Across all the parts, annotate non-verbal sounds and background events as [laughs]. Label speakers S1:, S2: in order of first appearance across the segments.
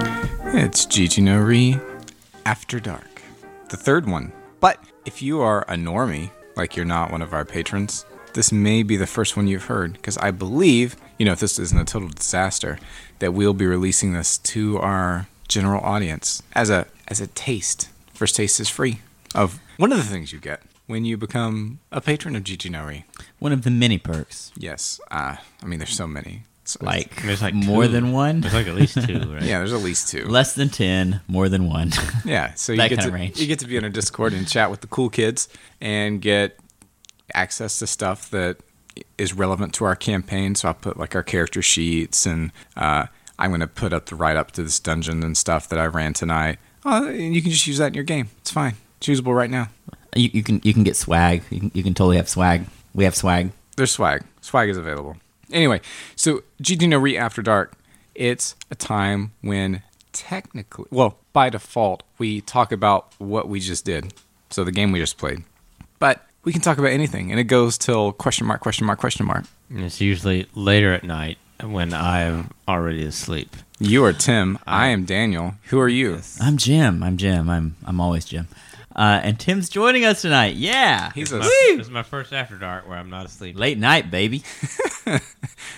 S1: It's Gigi Nori After Dark, the third one. But if you are a normie, like you're not one of our patrons, this may be the first one you've heard because I believe, you know, if this isn't a total disaster, that we'll be releasing this to our general audience as a as a taste. First taste is free of one of the things you get when you become a patron of Gigi Nori.
S2: One of the many perks.
S1: Yes, uh, I mean there's so many. So-
S2: Like,
S3: There's like
S2: more
S3: two.
S2: than one,
S3: There's like at least [laughs] two, right?
S1: yeah, there's at least two.
S2: less than 10, more than one.
S1: [laughs] Yeah, so you
S2: That
S1: get
S2: kinda
S1: to
S2: range.
S1: you get to be on a Discord and chat with the cool kids and get access to stuff that is relevant to our campaign. So I put like our character sheets and uh, I'm going to put up the write up to this dungeon and stuff that I ran tonight. Oh, and you can just use that in your game. It's fine, choosable right now.
S2: [laughs] you, you can you can get swag. You can, you can totally have swag. We have swag.
S1: There's swag. Swag is available. Anyway, so GD No Re After Dark, it's a time when technically, well, by default, we talk about what we just did. So the game we just played. But we can talk about anything, and it goes till question mark, question mark, question mark.
S3: And it's usually later at night when I'm already asleep.
S1: You are Tim. I am Daniel. Who are you?
S2: I'm Jim. I'm Jim. I'm I'm always Jim. Uh, and Tim's joining us tonight. Yeah.
S1: He's a,
S3: My, this is my first after dark where I'm not asleep.
S2: late night, baby.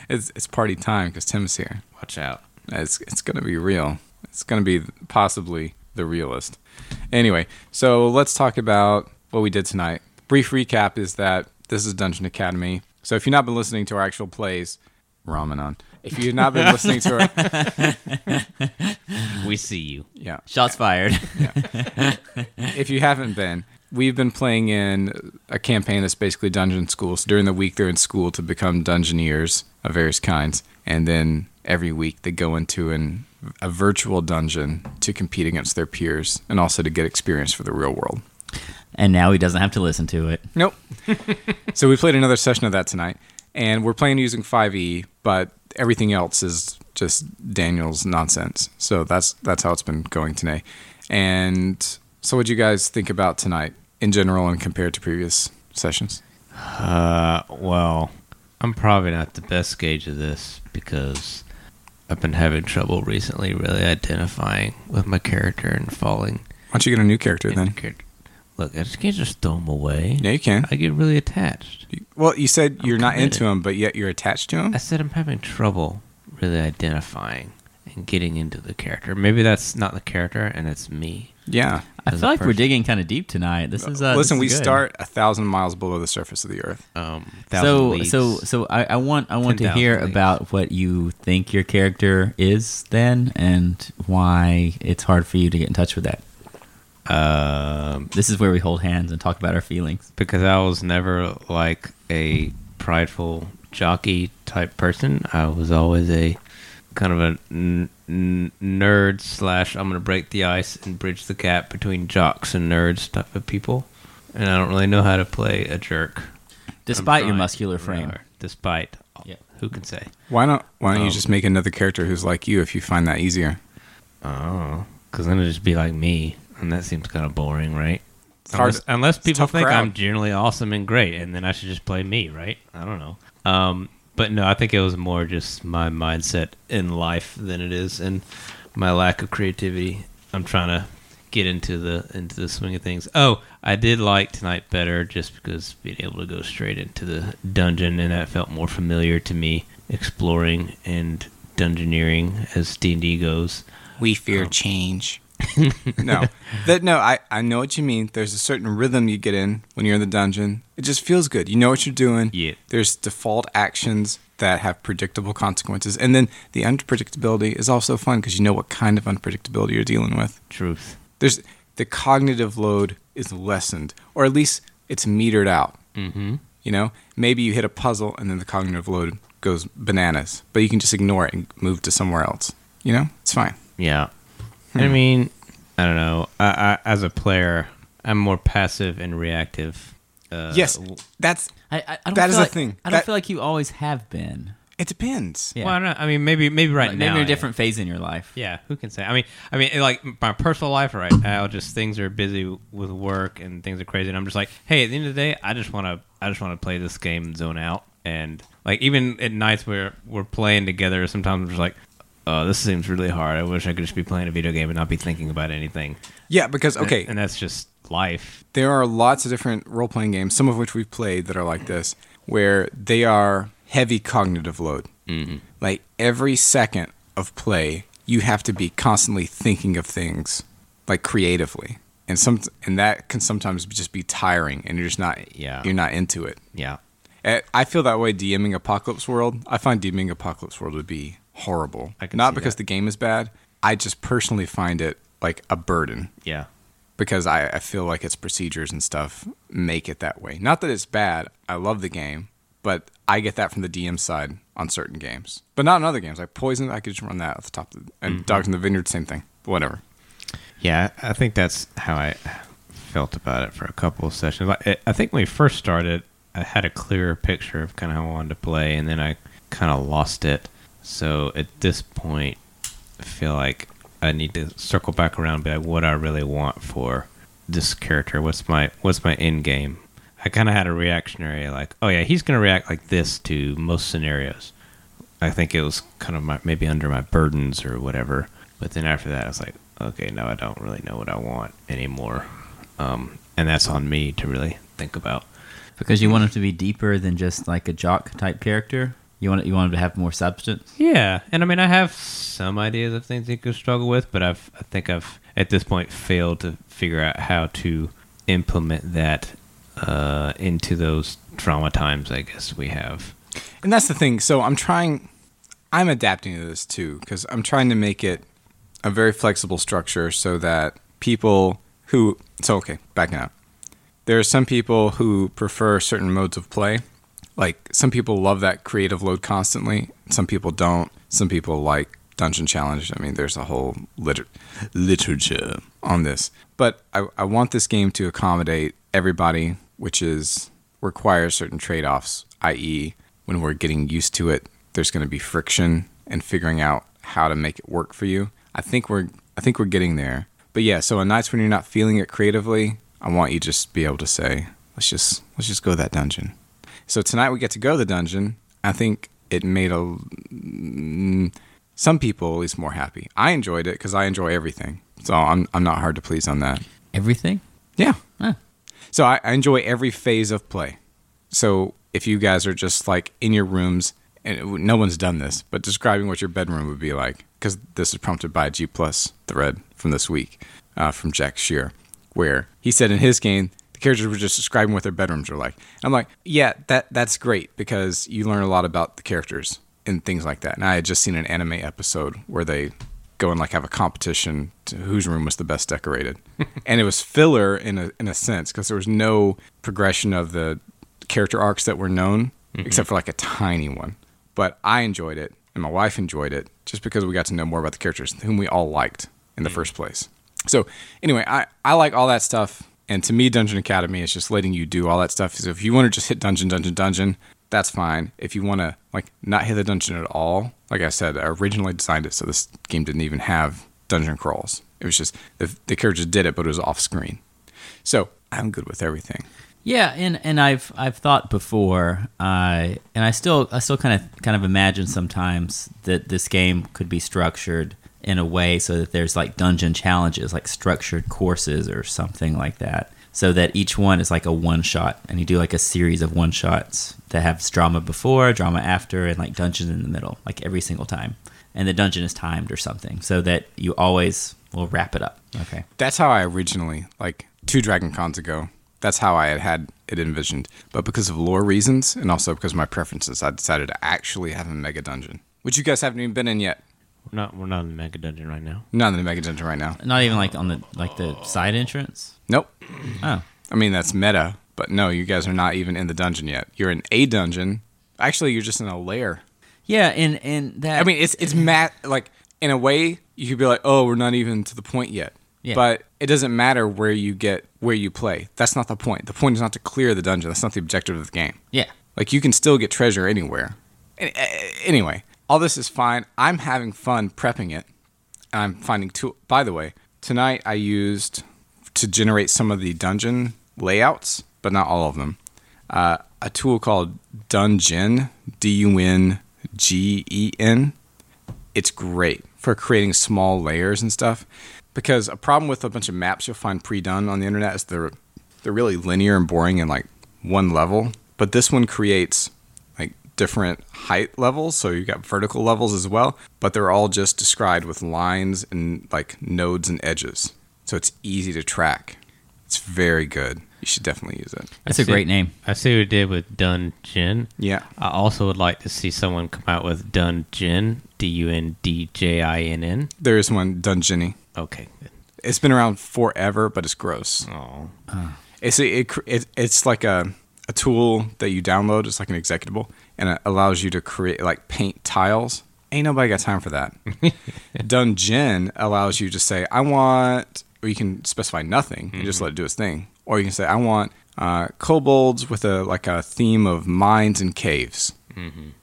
S1: it's, it's party time because Tim's here.
S3: Watch out.
S1: It's it's gonna be real. It's gonna be possibly the realest. Anyway, so let's talk about what we did tonight. Brief recap is that this is Dungeon Academy. So if you've not been listening to our actual plays, Ramanon. If you've not been listening to our
S2: [laughs] We see you.
S1: yeah,
S2: Shots fired.
S1: [laughs] if you haven't been, we've been playing in a campaign that's basically dungeon schools. During the week, they're in school to become dungeoneers of various kinds, and then every week they go into an a virtual dungeon to compete against their peers and also to get experience for the real world.
S2: [laughs] and now he doesn't have to listen to it. [laughs]
S1: Nope. so we played another session of that tonight, and we're playing using 5e, but everything else is just Daniel's nonsense. So that's that's how it's been going today. And so, what do you guys think about tonight in general and compared to previous sessions?
S3: Uh, well, I'm probably not the best gauge of this because I've been having trouble recently really identifying with my character and falling.
S1: Why don't you get a new character
S3: into
S1: then?
S3: character. Look, I just can't just throw them away.
S1: Yeah, you can.
S3: I get really attached.
S1: You- Well, you said you're not
S3: committed.
S1: into him, but yet you're attached to him.
S3: I said I'm having trouble really identifying and getting into the character. Maybe that's not the character and it's me.
S1: Yeah.
S2: I
S3: As
S2: feel
S3: a
S2: like we're
S3: person.
S2: digging kind of deep tonight. This is uh, this
S1: Listen,
S2: is
S1: we
S2: good.
S1: start a thousand miles below the surface of the earth.
S3: Um,
S2: So
S3: Thousand Leagues.
S2: so so I, I want I want to
S3: 10,000
S2: hear
S3: leagues.
S2: about what you think your character is then, and why it's hard for you to get in touch with that.
S3: Um,
S2: This is where we hold hands and talk about our feelings.
S3: because I was never like a prideful jockey type person. I was always a kind of a n- n- nerd slash I'm gonna break the ice and bridge the gap between jocks and nerds type of people. And I don't really know how to play a jerk.
S2: Despite your
S3: trying
S2: muscular
S3: really
S2: frame,
S3: hard. Despite,
S2: Yeah.
S3: who can say?
S1: Why don't Why don't you
S2: Oh.
S3: Um,
S1: just make another character who's like you if you find that easier?
S3: Oh, because then it'd just be like me, and that seems kind of boring, right?
S1: It's hard-
S3: Unless, unless
S1: a
S3: people
S1: tough
S3: think I'm
S1: crowd.
S3: generally awesome and great, and then I should just play me, right? I don't know. Um, but no, I think it was more just my mindset in life than it is in my lack of creativity. I'm trying to get into the into the swing of things. Oh, I did like tonight better just because being able to go straight into the dungeon and that felt more familiar to me exploring and dungeoneering as D&D goes.
S1: We fear change. Um, [laughs] no, that no, I, I know what you mean. There's a certain rhythm you get in when you're in the dungeon. It just feels good. You know what you're doing.
S3: Yeah.
S1: There's default actions that have predictable consequences, and then the unpredictability is also fun because you know what kind of unpredictability you're dealing with.
S3: Truth.
S1: There's the cognitive load is lessened, or at least it's metered out.
S3: Mm-hmm.
S1: You know, maybe you hit a puzzle and then the cognitive load goes bananas, but you can just ignore it and move to somewhere else. You know, it's fine.
S3: Yeah.
S2: Hmm.
S3: I mean, I don't know. I, I, as a player, I'm more passive and reactive. Uh,
S1: yes,
S3: w-
S1: that's
S2: I, I, I don't
S1: That
S2: feel
S1: is a
S2: like,
S1: thing.
S2: I don't
S1: That-
S2: feel like you always have been.
S1: It depends.
S2: Yeah.
S3: Well, I, don't, know. I mean, maybe maybe right
S2: Like,
S3: now.
S2: maybe in
S3: I
S2: a
S3: am.
S2: different phase in your life.
S3: Yeah, who can say? I mean, I mean, like my personal life right now, just things are busy with work and things are crazy, and I'm just like, hey, at the end of the day, I just want to, I just want to play this game, and zone out, and like even at nights where we're playing together, sometimes I'm just like, oh, this seems really hard. I wish I could just be playing a video game and not be thinking about anything.
S1: Yeah, because okay,
S3: And, that's just life.
S1: there are lots of different role playing games, some of which we've played that are like this, where they are heavy cognitive load. Mm-hmm. Like every second of play, you have to be constantly thinking of things, like creatively, and some and that can sometimes just be tiring, and you're just not
S3: Yeah.
S1: you're not into it.
S3: Yeah.
S1: Eh, I feel that way DMing Apocalypse World. I find DMing Apocalypse World would be horrible.
S3: I can
S1: Not
S3: see
S1: because
S3: that.
S1: the game is bad. I just personally find it like a burden
S3: Yeah.
S1: because I, I feel like its procedures and stuff make it that way. Not that it's bad. I love the game, but I get that from the DM side on certain games, but not in other games. Like Poison, I could just run that at the top of the, and Dogs in the Vineyard, same thing. Whatever.
S3: Yeah, I think that's how I felt about it for a couple of sessions. Like, I I think when we first started, I had a clearer picture of kind of how I wanted to play, and then I kind of lost it. So at this point, I feel like I need to circle back around, and be like, what do I really want for this character? What's my what's my end game? I kind of had a reactionary like, oh yeah, he's gonna react like this to most scenarios. I think it was kind of my maybe under my burdens or whatever. But then after that, I was like, okay, no, I don't really know what I want anymore, um, and that's on me to really think about.
S2: Because you want him to be deeper than just like a jock type character. You want you want him to have more substance.
S3: Yeah, and I mean, I have some ideas of things he could struggle with, but I've I think I've at this point failed to figure out how to implement that uh, into those trauma times. I guess we have.
S1: And that's the thing. So I'm trying, I'm adapting to this too, because I'm trying to make it a very flexible structure so that people who, so okay, backing up. There are some people who prefer certain modes of play. Like some people love that creative load constantly, some people don't. Some people like dungeon challenge. I mean, there's a whole liter- literature on this. But I, I want this game to accommodate everybody, which is requires certain trade offs, i.e., when we're getting used to it, there's going to be friction and figuring out how to make it work for you. I think we're I think we're getting there. But yeah, so on nights when you're not feeling it creatively, I want you to just be able to say, let's just let's just go to that dungeon. So tonight we get to go to the dungeon. I think it made a mm, some people at least more happy. I enjoyed it because I enjoy everything. So I'm I'm not hard to please on that.
S2: Everything.
S1: Yeah.
S2: Huh.
S1: So I, I enjoy every phase of play. So if you guys are just like in your rooms, and it- no one's done this, but describing what your bedroom would be like, because this is prompted by a G plus thread from this week uh, from Jack Shear, where he said in his game the characters were just describing what their bedrooms were like. I'm like, yeah, that that's great because you learn a lot about the characters and things like that. And I had just seen an anime episode where they go and like have a competition to whose room was the best decorated, and it was filler in a in a sense because there was no progression of the character arcs that were known except for like a tiny one. But I enjoyed it and my wife enjoyed it just because we got to know more about the characters whom we all liked in the first place. So anyway, I, I like all that stuff. And to me, Dungeon Academy is just letting you do all that stuff. So if you want to just hit dungeon, dungeon, dungeon, that's fine. If you want to like not hit the dungeon at all, like I said, I originally designed it so this game didn't even have dungeon crawls. It was just the, the characters did it, but it was off screen. So I'm good with everything.
S2: Yeah, and and I've I've thought before, uh, and I still I still kind of kind of imagine sometimes that this game could be structured in a way so that there's like dungeon challenges, like structured courses or something like that, so that each one is like a one shot, and you do like a series of one shots that have drama before, drama after, and like dungeons in the middle, like every single time, and the dungeon is timed or something, so that you always will wrap it up. Okay.
S1: That's how I originally, like two Dragon Cons ago, that's how I had had it envisioned. But because of lore reasons and also because of my preferences, I decided to actually have a mega dungeon, which you guys haven't even been in yet.
S3: We're not we're not in the mega dungeon right now.
S1: Not in the mega dungeon right now.
S2: Not even like on the like the side entrance.
S1: Nope.
S2: Oh.
S1: I mean, that's meta, but no, you guys are not even in the dungeon yet. You're in a dungeon. Actually, you're just in a lair.
S2: Yeah, and and that
S1: I mean, it's it's mat like in a way you could be like, oh, we're not even to the point yet.
S2: Yeah.
S1: But it doesn't matter where you get where you play. That's not the point. The point is not to clear the dungeon. That's not the objective of the game.
S2: yeah,
S1: Like you can still get treasure anywhere. An- a- Anyway, all this is fine. I'm having fun prepping it. I'm finding two. By the way, tonight I used to generate some of the dungeon layouts, but not all of them. Uh, a tool called Dungeon D U N G E N. it's great for creating small layers and stuff. Because a problem with a bunch of maps you'll find pre-done on the internet is they're they're really linear and boring and like one level. But this one creates like different height levels, so you've got vertical levels as well. But they're all just described with lines and like nodes and edges, so it's easy to track. It's very good. You should definitely use it.
S2: That's a
S3: see-
S2: great name.
S3: I see what we did with Dungeon.
S1: Yeah.
S3: I also would like to see someone come out with Dungeon, D U N D J I N N.
S1: There is one Dungeony.
S3: Okay. good.
S1: It's been around forever, but it's gross.
S3: Oh.
S1: It's it, cr- it it's like a a tool that you download. It's like an executable, and it allows you to create like paint tiles. Ain't nobody got time for that. Dungeon allows you to say, I want, or you can specify nothing and just let it do its thing, or you can say, I want uh, kobolds with a like a theme of mines and caves.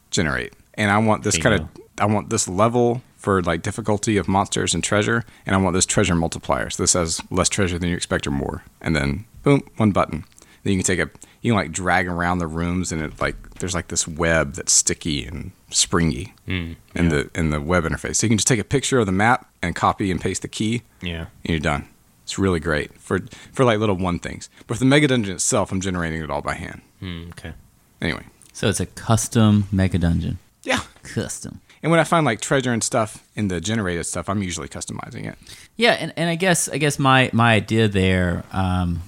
S1: Generate, and I want this
S3: There
S1: kind
S3: you
S1: of, I want this level for like difficulty of monsters and treasure, and I want this treasure multiplier. So this has less treasure than you expect or more, and then boom, one button. Then you can take a, you can like drag around the rooms, and it like there's like this web that's sticky and springy
S3: Hmm,
S1: in the in the web interface. So you can just take a picture of the map and copy and paste the key,
S3: Yeah.
S1: and you're done. It's really great for for like little one things. But for the mega dungeon itself, I'm generating it all by hand.
S3: Mm, okay.
S1: Anyway,
S2: So it's a custom mega dungeon.
S1: yeah.
S2: Custom.
S1: And when I find like treasure and stuff in the generated stuff, I'm usually customizing it.
S2: Yeah, and, and I guess I guess my my idea there um,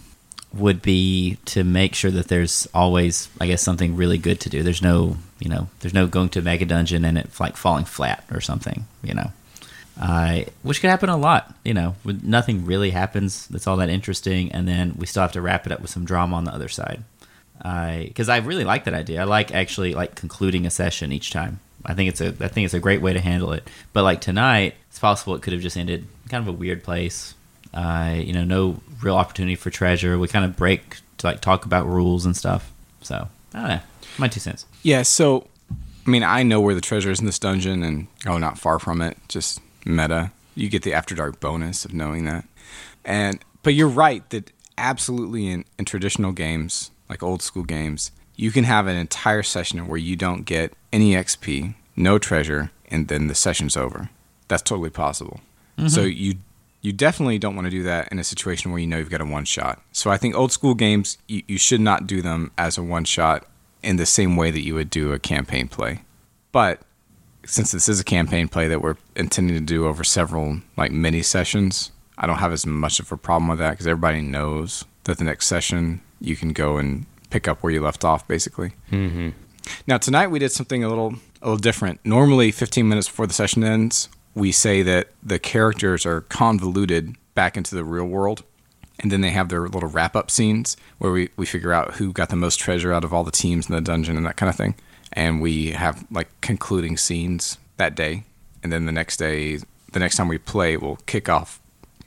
S2: would be to make sure that there's always I guess something really good to do. There's no you know there's no going to mega dungeon and it like falling flat or something you know, uh, which could happen a lot. You know, when nothing really happens that's all that interesting, and then we still have to wrap it up with some drama on the other side. Because I really like that idea. I like actually like concluding a session each time. I think it's a I think it's a great way to handle it. But like tonight, it's possible it could have just ended kind of a weird place. Uh, you know, no real opportunity for treasure. We kind of break to like talk about rules and stuff. So I don't know. My two cents.
S1: Yeah, so I mean, I know where the treasure is in this dungeon, and oh, not far from it. Just meta. You get the After Dark bonus of knowing that. And but you're right that absolutely in, in traditional games, like old school games, you can have an entire session where you don't get any XP, no treasure, and then the session's over. That's totally possible. So you you definitely don't want to do that in a situation where you know you've got a one shot. So I think old school games you, you should not do them as a one shot in the same way that you would do a campaign play. But since this is a campaign play that we're intending to do over several like mini sessions, I don't have as much of a problem with that because everybody knows that the next session you can go and pick up where you left off, basically. Now tonight we did something a little a little different. Normally, 15 minutes before the session ends, we say that the characters are convoluted back into the real world, and then they have their little wrap up scenes where we we figure out who got the most treasure out of all the teams in the dungeon and that kind of thing, and we have like concluding scenes that day, and then the next day, the next time we play, we'll kick off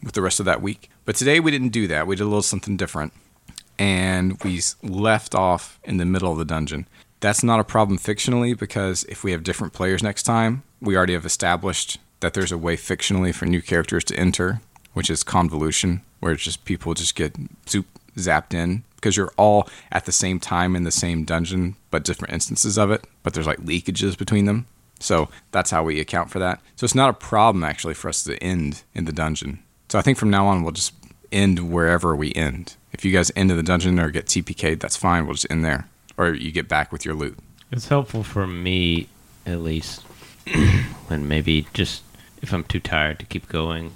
S1: with the rest of that week. But today we didn't do that. We did a little something different and we s- left off in the middle of the dungeon. That's not a problem fictionally because if we have different players next time, we already have established that there's a way fictionally for new characters to enter, which is convolution, where it's just people just get zoop, zapped in because you're all at the same time in the same dungeon, but different instances of it, but there's like leakages between them. So that's how we account for that. So it's not a problem actually for us to end in the dungeon. So I think from now on we'll just end wherever we end. If you guys end in the dungeon or get TPK'd, that's fine. We'll just end there. Or you get back with your loot.
S3: It's helpful for me, at least, [clears throat] when maybe just if I'm too tired to keep going,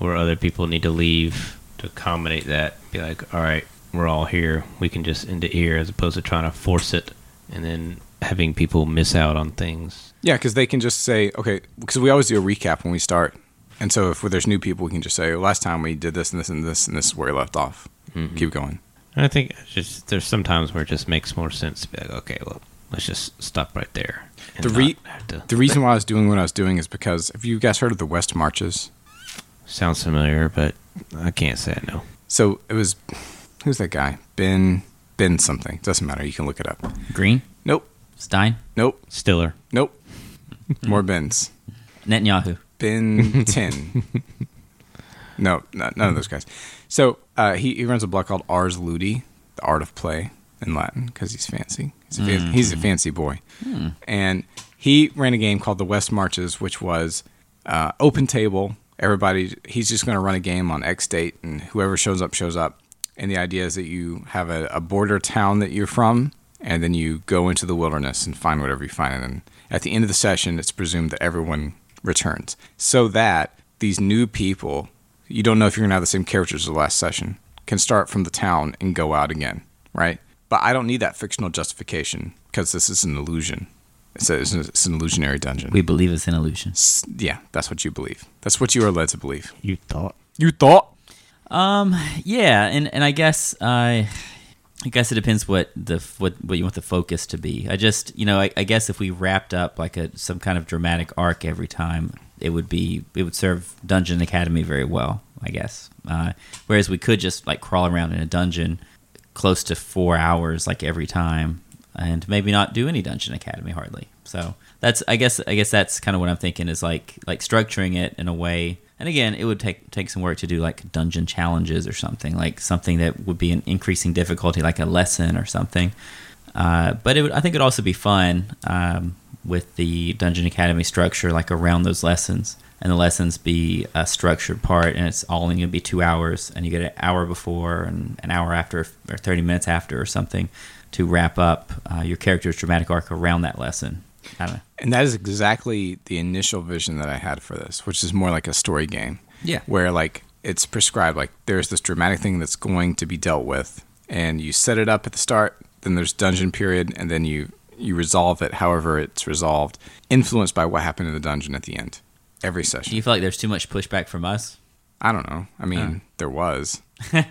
S3: or other people need to leave to accommodate that. Be like, all right, we're all here. We can just end it here, as opposed to trying to force it and then having people miss out on things.
S1: Yeah, because they can just say, okay, because we always do a recap when we start. And so if there's new people, we can just say, last time we did this and this and this, and this is where we left off. Keep going.
S3: And I think it's just there's some times where it just makes more sense to be like, okay, well, let's just stop right there. and
S1: The re-
S3: not have to-
S1: The reason why I was doing what I was doing is because have you guys heard of the West Marches?
S3: sounds familiar, but I can't say I know.
S1: So it was, who's that guy? Ben, Ben something. Doesn't matter. You can look it up.
S2: Green
S1: Nope.
S2: Stein
S1: Nope.
S3: Stiller.
S1: Nope. More Bens.
S2: Netanyahu.
S1: Ben 10. no, not, none of those guys. So uh, he, he runs a blog called Ars Ludi, the art of play in Latin, because he's fancy. He's a, fan- he's a fancy boy. And He ran a game called the West Marches, which was uh, open table. Everybody, he's just going to run a game on X date, and whoever shows up shows up. And the idea is that you have a, a border town that you're from, and then you go into the wilderness and find whatever you find. And then at the end of the session, it's presumed that everyone returns, so that these new people, you don't know if you're going to have the same characters as the last session, can start from the town and go out again, right? But I don't need that fictional justification because this is an illusion. It's, a, it's, a- it's an illusionary dungeon.
S2: We believe it's an illusion.
S1: S- yeah, that's what you believe. That's what you are led to believe.
S3: You thought.
S1: You thought?
S2: Yeah, and and I guess I, I guess it depends what the what what you want the focus to be. I just you know I, I guess if we wrapped up like a some kind of dramatic arc every time, it would be it would serve Dungeon Academy very well. I guess. Uh, whereas we could just like crawl around in a dungeon close to four hours like every time, and maybe not do any Dungeon Academy hardly. So that's I guess I guess that's kind of what I'm thinking is like like structuring it in a way. And again, it would take take some work to do like dungeon challenges or something like something that would be an increasing difficulty, like a lesson or something. Uh, but it would, I think it'd also be fun um, with the Dungeon Academy structure, like around those lessons, and the lessons be a structured part, and it's all only going to be two hours, and you get an hour before and an hour after, or 30 minutes after, or something to wrap up uh, your character's dramatic arc around that lesson. I don't know.
S1: And that is exactly the initial vision that I had for this, which is more like a story game.
S2: Yeah.
S1: Where like it's prescribed, like there's this dramatic thing that's going to be dealt with, and you set it up at the start. Then there's dungeon period, and then you you resolve it however it's resolved, influenced by what happened in the dungeon at the end. Every
S2: Do
S1: session.
S2: you feel like there's too much pushback from us?
S1: I don't know. I mean, there was. but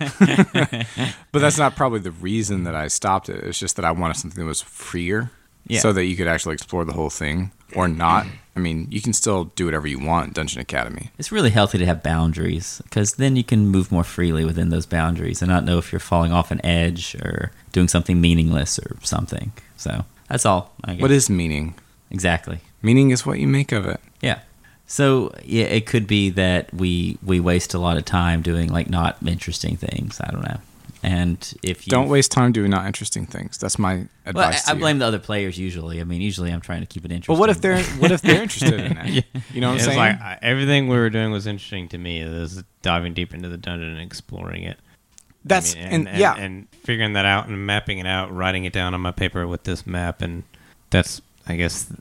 S1: that's not probably the reason that I stopped it. It's just that I wanted something that was freer
S2: Yeah.
S1: so that you could actually explore the whole thing or not. I mean, you can still do whatever you want, in Dungeon Academy.
S2: It's really healthy to have boundaries because then you can move more freely within those boundaries and not know if you're falling off an edge or doing something meaningless or something. So that's all. I guess.
S1: What is meaning?
S2: exactly?
S1: Meaning is what you make of it.
S2: Yeah. So yeah, it could be that we we waste a lot of time doing like not interesting things. I don't know. And if you
S1: Don't waste time doing not interesting things. That's my advice.
S2: well, I,
S1: to
S2: I
S1: you.
S2: blame the other players usually. I mean, usually I'm trying to keep it interesting.
S1: But what if they're what if they're interested
S2: [laughs]
S1: in it? You know what I'm
S3: It's
S1: saying?
S3: like I, everything we were doing was interesting to me. It was diving deep into the dungeon and exploring it. I
S1: That's
S3: mean,
S1: and, yeah.
S3: and figuring that out and mapping it out, writing it down on my paper with this map, and that's I guess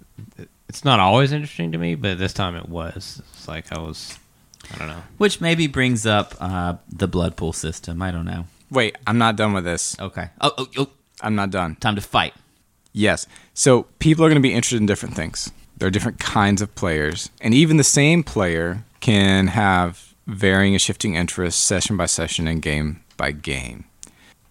S3: it's not always interesting to me, but this time it was. It's like I was, I don't know.
S2: Which maybe brings up uh, the blood pool system. I don't know.
S1: Wait, I'm not done with this.
S2: Okay. Oh, oh, oh
S1: I'm not done.
S2: time to fight.
S1: Yes. So people are going to be interested in different things. There are different kinds of players, and even the same player can have varying and shifting interests session by session and game by game.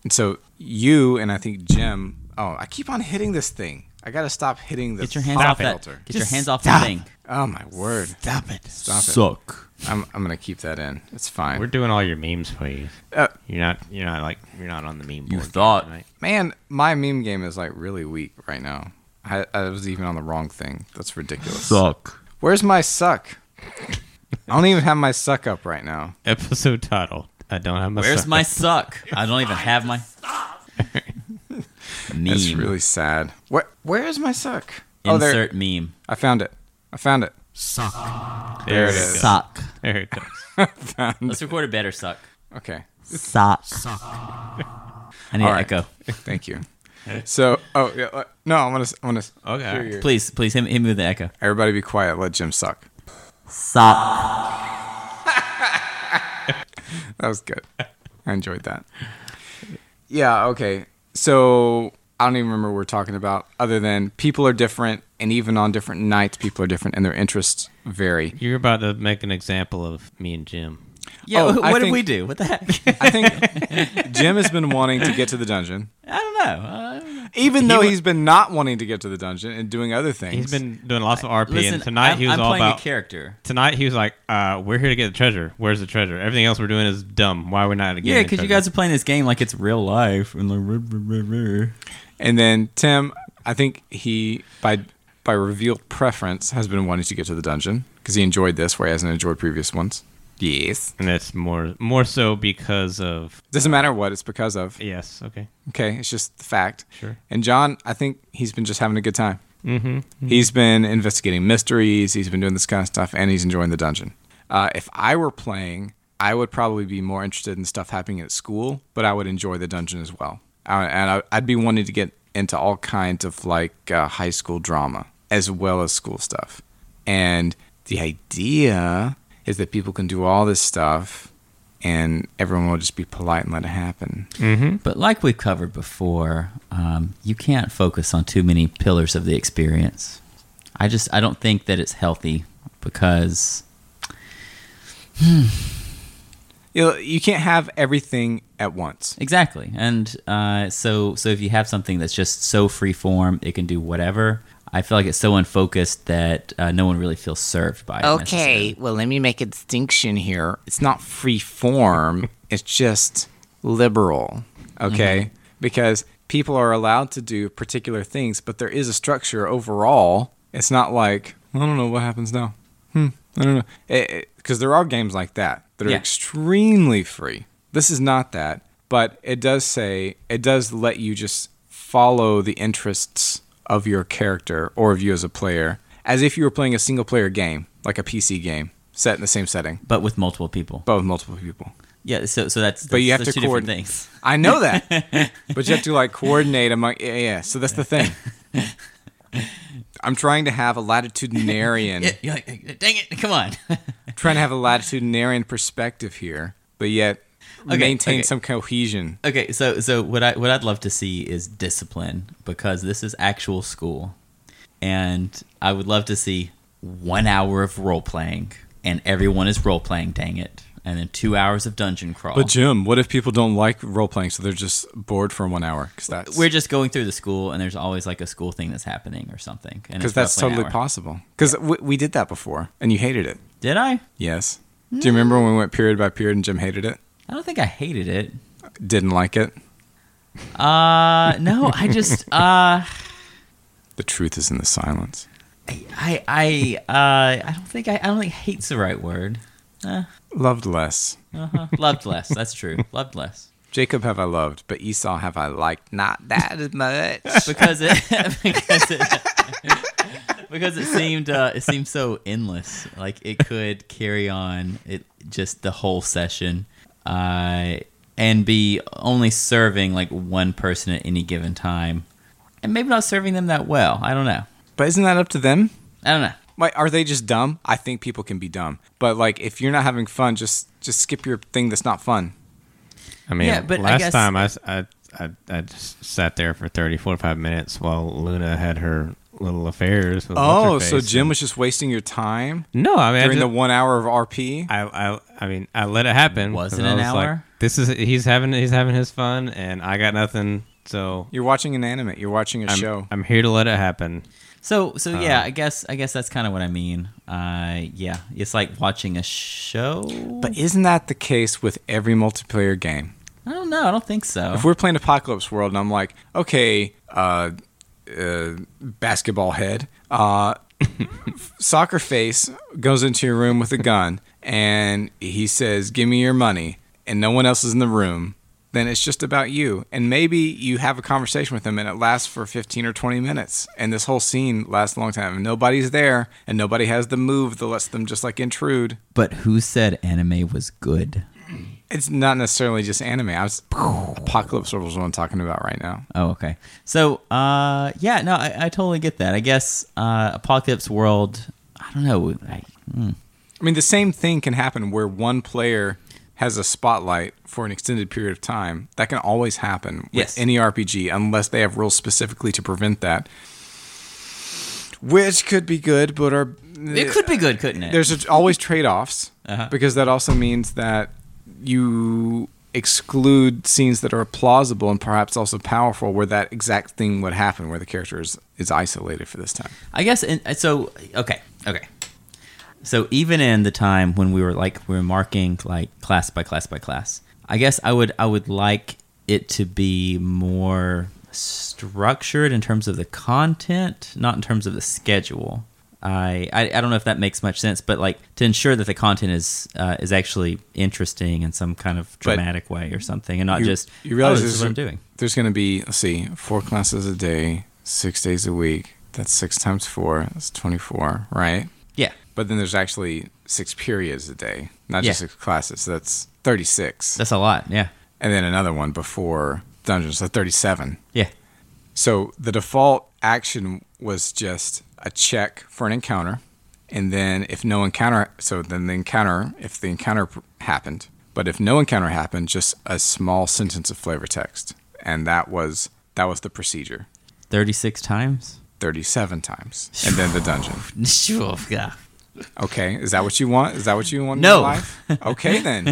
S1: And so you and I think Jim. Oh, I keep on hitting this thing. I got to stop hitting this.
S2: Get your hands
S1: thought
S2: off that.
S1: filter.
S2: Get your hands off the thing.
S1: Oh my word!
S4: Stop it.
S1: Stop
S2: Suck.
S1: it. I'm I'm gonna keep that in. It's fine.
S3: We're doing all your memes for you.
S1: Uh,
S3: you're not. You're not like. You're not on the meme.
S2: You
S3: board
S2: thought.
S3: tonight.
S1: Man, my meme game is like really weak right now. I, I was even on the wrong thing. That's ridiculous.
S2: Suck.
S1: Where's my suck? I don't even have my suck up right now.
S3: episode title. I don't have my.
S2: Where's
S3: suck.
S2: my suck? I don't even have my. meme.
S1: That's really sad. Where Where is my suck? Oh, there.
S2: Insert meme.
S1: I found it. I found it. [laughs]
S3: [laughs]
S4: Suck.
S3: there it is.
S2: Suck.
S3: There it goes.
S1: Mm.
S2: Let's record a better suck.
S1: Okay.
S2: Suck.
S4: Suck.
S2: I need
S1: All
S2: an
S1: right.
S2: echo.
S1: Thank you. So, oh yeah. uh, No, I want to. I want to.
S3: Okay.
S2: Please, please hit me, hit me with the echo.
S1: Everybody, be quiet. Let Jim suck.
S2: Suck.
S1: [laughs] That was good. I enjoyed that. Yeah, okay. So I don't even remember what we're talking about, other than people are different, and even on different nights, people are different, and their interests vary.
S3: You're about to make an example of me and Jim.
S2: Yeah.
S1: Oh,
S2: wh-
S1: I
S2: what did
S1: think-
S2: we do? What the heck?
S1: I think Jim has been wanting to get to the dungeon,
S2: [laughs] I don't know. Uh,
S1: even though
S3: wa-
S1: he's been not wanting to get to the dungeon and doing other things.
S3: He's been doing lots of RP,
S2: listen,
S3: and tonight
S2: I'm,
S3: he was
S2: I'm
S3: all
S2: playing
S3: about
S2: a character.
S3: Tonight he was like, uh, "We're here to get the treasure. Where's the treasure? Everything else we're doing is dumb. Why are we not again?"
S2: Yeah, because you guys are playing this game like it's real life and like. ruh, ruh, ruh, ruh.
S1: and then Tim, I think he by by revealed preference has been wanting to get to the dungeon because he enjoyed this where he hasn't enjoyed previous ones. Yes.
S3: and that's more more so because of
S1: Doesn't matter what it's because of.
S3: yes. Okay,
S1: Okay, it's just the fact.
S3: Sure.
S1: And John, I think he's been just having a good time. He's been investigating mysteries. He's been doing this kind of stuff, and he's enjoying the dungeon. Uh, if I were playing, I would probably be more interested in stuff happening at school, but I would enjoy the dungeon as well. Uh, and I, I'd be wanting to get into all kinds of like uh, high school drama as well as school stuff. And the idea is that people can do all this stuff, and everyone will just be polite and let it happen.
S2: But like we've covered before, um, you can't focus on too many pillars of the experience. I just I don't think that it's healthy because
S1: You know, you can't have everything at once.
S2: exactly. And uh, so so if you have something that's just so free form, it can do whatever. I feel like it's so unfocused that uh, no one really feels served by it. necessarily.
S1: Okay, well, let me make a distinction here. It's not free form, it's just liberal, okay? Because people are allowed to do particular things, but there is a structure overall. It's not like, I don't know what happens now. Hmm, I don't know. Because there are games like that that are
S2: Yeah.
S1: extremely free. This is not that, but it does say, it does let you just follow the interests of your character or of you as a player as if you were playing a single player game, like a PC game, set in the same setting,
S2: But with multiple people.
S1: but with multiple people.
S2: Yeah. So so that's,
S1: But you
S2: that's-
S1: have
S2: those
S1: to
S2: two different
S1: coordinate.
S2: things. [laughs]
S1: I know that, but you have to like coordinate among. Yeah, yeah. So that's the thing. I'm trying to have a latitudinarian,
S2: You're like, dang it! Come on.
S1: trying to have a latitudinarian perspective here, but yet
S2: Okay,
S1: maintain
S2: okay.
S1: some cohesion.
S2: Okay, so so what I what I'd love to see is discipline because this is actual school, and I would love to see one hour of role playing, and everyone is role playing. Dang it! And then two hours of dungeon crawl.
S1: But Jim, what if people don't like role playing, so they're just bored for one hour? Because that's
S2: We're just going through the school, and there's always like a school thing that's happening or something.
S1: because that's totally
S2: possible.
S1: possible. Because we, we did that before, and you hated it.
S2: Did I?
S1: Yes.
S2: Mm.
S1: Do you remember when we went period by period and Jim hated it?
S2: I don't think I hated it.
S1: Didn't like it.
S2: Uh, no, I
S1: [laughs]
S2: just uh,
S1: The truth is in the silence.
S2: I I uh, I don't think I, I don't think hate's the right word. Uh,
S1: Loved less.
S2: uh-huh. Loved less. That's true. Loved less.
S1: Jacob have I loved, but Esau have I liked not that as much. [laughs]
S2: because it [laughs] because it [laughs] because it seemed uh, it seemed so endless. Like it could carry on it just the whole session, uh, and be only serving like one person at any given time, and maybe not serving them that well. I don't know.
S1: but isn't that up to them?
S2: I don't know.
S1: Like, are they just dumb? I think people can be dumb, but like if you're not having fun, just just skip your thing that's not fun.
S3: I mean,
S2: Yeah, but I
S3: last
S2: guess-
S3: time I, s- I- I- I just sat there for 30, 45 minutes while Luna had her little affairs. With
S1: Oh,
S3: What's-Her-Face.
S1: so Jim was just wasting your time
S3: No, I mean, I
S1: during the
S3: just-
S1: one hour of RP.
S3: I, I, I mean, I let it happen.
S2: Was
S3: 'cause
S2: it
S3: I
S2: an
S3: like,
S2: hour?
S3: this is he's having he's having his fun, and I got nothing. So
S1: You're watching an anime. You're watching a
S3: I'm,
S1: show.
S3: I'm here to let it happen.
S2: So so yeah, I guess I guess that's kind of what I mean. Uh, yeah, it's like watching a show.
S1: but isn't that the case with every multiplayer game?
S2: I don't know. I don't think so.
S1: If we're playing Apocalypse World and I'm like, okay, uh, uh, basketball head, uh, [laughs] soccer face goes into your room with a gun and he says, give me your money, and no one else is in the room, then it's just about you. And maybe you have a conversation with him and it lasts for 15 or 20 minutes. And this whole scene lasts a long time. And nobody's there and nobody has the move that lets them just like intrude.
S2: But who said anime was good?
S1: It's not necessarily just anime. I was, Apocalypse World is what I'm talking about right now.
S2: Oh, okay. So, uh, yeah, no, I, I totally get that. I guess uh, Apocalypse World. I don't know. I, mm.
S1: I mean, the same thing can happen where one player has a spotlight for an extended period of time. That can always happen with
S2: Yes.
S1: any RPG, unless they have rules specifically to prevent that. Which could be good, but are
S2: It could be good, couldn't it?
S1: there's always trade-offs
S2: Uh-huh.
S1: because that also means that you exclude scenes that are plausible and perhaps also powerful where that exact thing would happen where the character is, is isolated for this time
S2: I guess. And and so, okay, okay. So even in the time when we were like we were marking like class by class by class, I guess I would I would like it to be more structured in terms of the content, not in terms of the schedule. I, I, I don't know if that makes much sense, but like to ensure that the content is uh, is actually interesting in some kind of dramatic way or something, and not
S1: you,
S2: just
S1: you realize
S2: oh, this is
S1: there's-
S2: what I'm doing.
S1: There's going to be let's see, four classes a day, six days a week, That's six times four. That's 24, right?
S2: Yeah.
S1: But then there's actually six periods a day, not just
S2: Yeah.
S1: six classes. So that's 36.
S2: That's a lot. Yeah.
S1: and then another one before dungeons, so 37.
S2: Yeah.
S1: So the default action was just a check for an encounter, and then if no encounter, so then the encounter, if the encounter p- happened, but if no encounter happened, just a small sentence of flavor text, and that was that was the procedure,
S2: 36 times?
S1: thirty-seven times, and then the dungeon.
S2: [laughs] Sure. Yeah.
S1: Okay, is that what you want? Is that what you want in
S2: No.
S1: your life? Okay
S2: [laughs]
S1: then.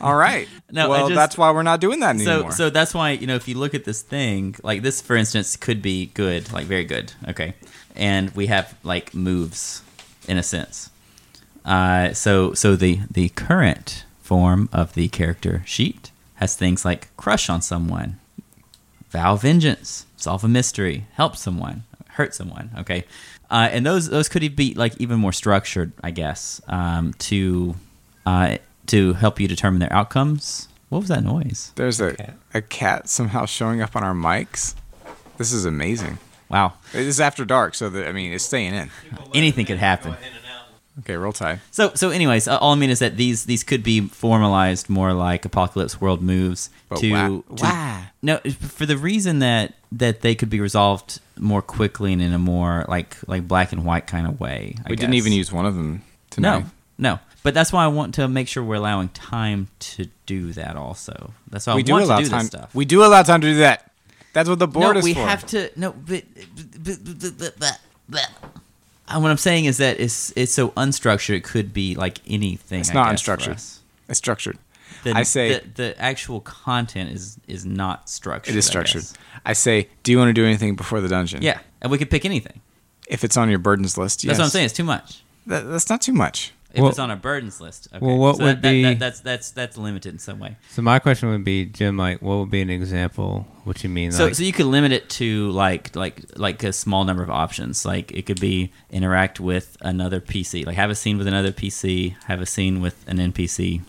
S1: All right.
S2: No, I
S1: well,
S2: just-
S1: that's why we're not doing that
S2: So,
S1: anymore.
S2: so that's why you know if you look at this thing like this for instance could be good like very good okay and we have like moves in a sense uh, so so the the current form of the character sheet has things like crush on someone vow vengeance solve a mystery help someone hurt someone okay uh, and those those could be like even more structured i guess um, to uh, to help you determine their outcomes what was that noise
S1: There's a
S3: Cat.
S1: a cat somehow showing up on our mics. This is amazing.
S2: Wow.
S1: It is after dark, so the, I mean it's staying in.
S2: Anything could happen.
S1: Okay, roll tide.
S2: So, so anyways, uh, all I mean is that these these could be formalized more like apocalypse world moves
S1: But
S2: to,
S1: why-
S2: to-
S1: why?
S2: no for the reason that that they could be resolved more quickly and in a more like like black and white kind of way. I
S1: We didn't even
S2: guess.
S1: use one of them tonight.
S2: no no. But that's why I want to make sure we're allowing time to do that. Also, that's why
S1: we
S2: I
S1: do
S2: want
S1: allow
S2: to do
S1: time.
S2: this stuff.
S1: We do allow time to do that. That's what the board
S2: no,
S1: is
S2: we
S1: for.
S2: have to no. But, but, but, but, but, but, but. And what I'm saying is that it's it's so unstructured. It could be like anything.
S1: it's
S2: I
S1: not
S2: guess, for
S1: unstructured.
S2: us.
S1: It's structured.
S2: The,
S1: I say-
S2: the, the actual content is is not structured.
S1: It is
S2: I
S1: structured.
S2: guess.
S1: I, say, do you want to do anything before the dungeon?
S2: Yeah, and we could pick anything.
S1: If it's on your burdens list, yes.
S2: That's what I'm saying. It's too much.
S1: That, that's not too much.
S2: If
S3: Well-
S2: it's on a burdens list, okay.
S3: Well, what
S2: so that-
S3: would
S2: that,
S3: be-
S2: that, that's that's that's limited in some way.
S3: So my question would be, Jim, like, what would be an example? What you mean?
S2: So,
S3: like,
S2: so you could limit it to like like like a small number of options. Like it could be interact with another PC. Like have a scene with another PC. Have a scene with an NPC.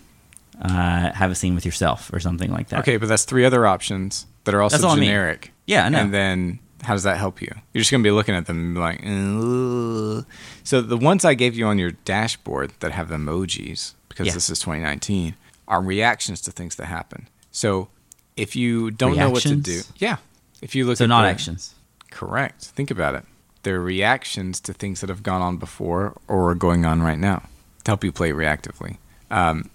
S2: Uh, have a scene with yourself or something like that.
S1: Okay, but that's three other options that are also
S2: That's all I mean.
S1: generic.
S2: Yeah, I know.
S1: And then how does that help you? You're just going to be looking at them and be like, "Ugh." so the ones I gave you on your dashboard that have emojis, because
S2: Yeah.
S1: this is 2019, are reactions to things that happen. So if you don't know what to do,
S2: Reactions?
S1: yeah. If you look
S2: so
S1: at
S2: not
S1: the-
S2: actions.
S1: Correct. Think about it. They're reactions to things that have gone on before or are going on right now to help you play reactively. Um,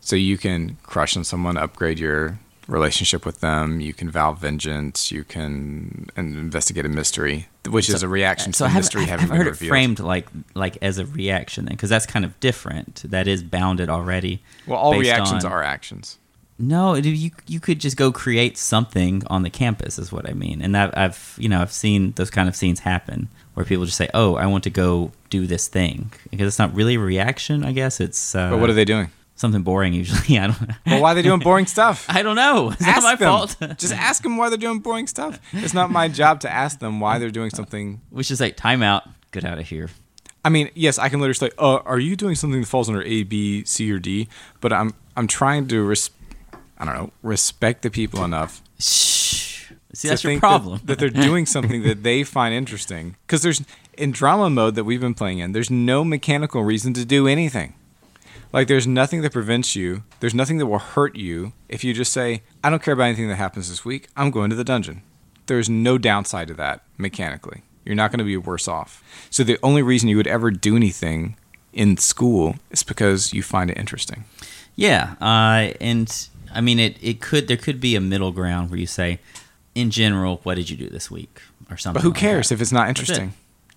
S1: so you can crush on someone, upgrade your relationship with them. You can vow vengeance. You can and investigate a mystery, which is a reaction to
S2: So I
S1: the
S2: haven't,
S1: mystery
S2: I
S1: having
S2: haven't
S1: been
S2: heard it
S1: revealed.
S2: framed like like as a reaction then, because that's kind of different. That is bounded already.
S1: well, all
S2: based
S1: reactions
S2: on-
S1: are actions.
S2: No, it- you you could just go create something on the campus is what I mean, and I've, I've you know I've seen those kind of scenes happen where people just say, "Oh, I want to go do this thing," because it's not really a reaction, I guess. It's uh,
S1: But what are they doing?
S2: Something boring usually. [laughs] I don't.
S1: Well, why are they doing boring
S2: [laughs]
S1: stuff?
S2: I don't know. It's
S1: ask
S2: not my
S1: them.
S2: fault. [laughs]
S1: Just ask them why they're doing boring stuff. It's not my job to ask them why they're doing something
S2: we should say timeout. Get out of here.
S1: I mean, yes, I can literally say, uh, "Are you doing something that falls under A, B, C, or D?" But I'm I'm trying to res- I don't know respect the people enough.
S2: Shh.
S1: to
S2: See, that's your
S1: think that-
S2: problem.
S1: that, they're doing something that they find interesting. Because there's in drama mode that we've been playing in, there's no mechanical reason to do anything. Like there's nothing that prevents you. There's nothing that will hurt you if you just say, "I don't care about anything that happens this week. I'm going to the dungeon." There's no downside to that mechanically. You're not going to be worse off. So the only reason you would ever do anything in school is because you find it interesting.
S2: [laughs] Yeah, uh, and I mean it. It could there could be a middle ground where you say, in general, what did you do this week or something.
S1: But who
S2: like
S1: cares
S2: that.
S1: if it's not
S2: Oh, That's it.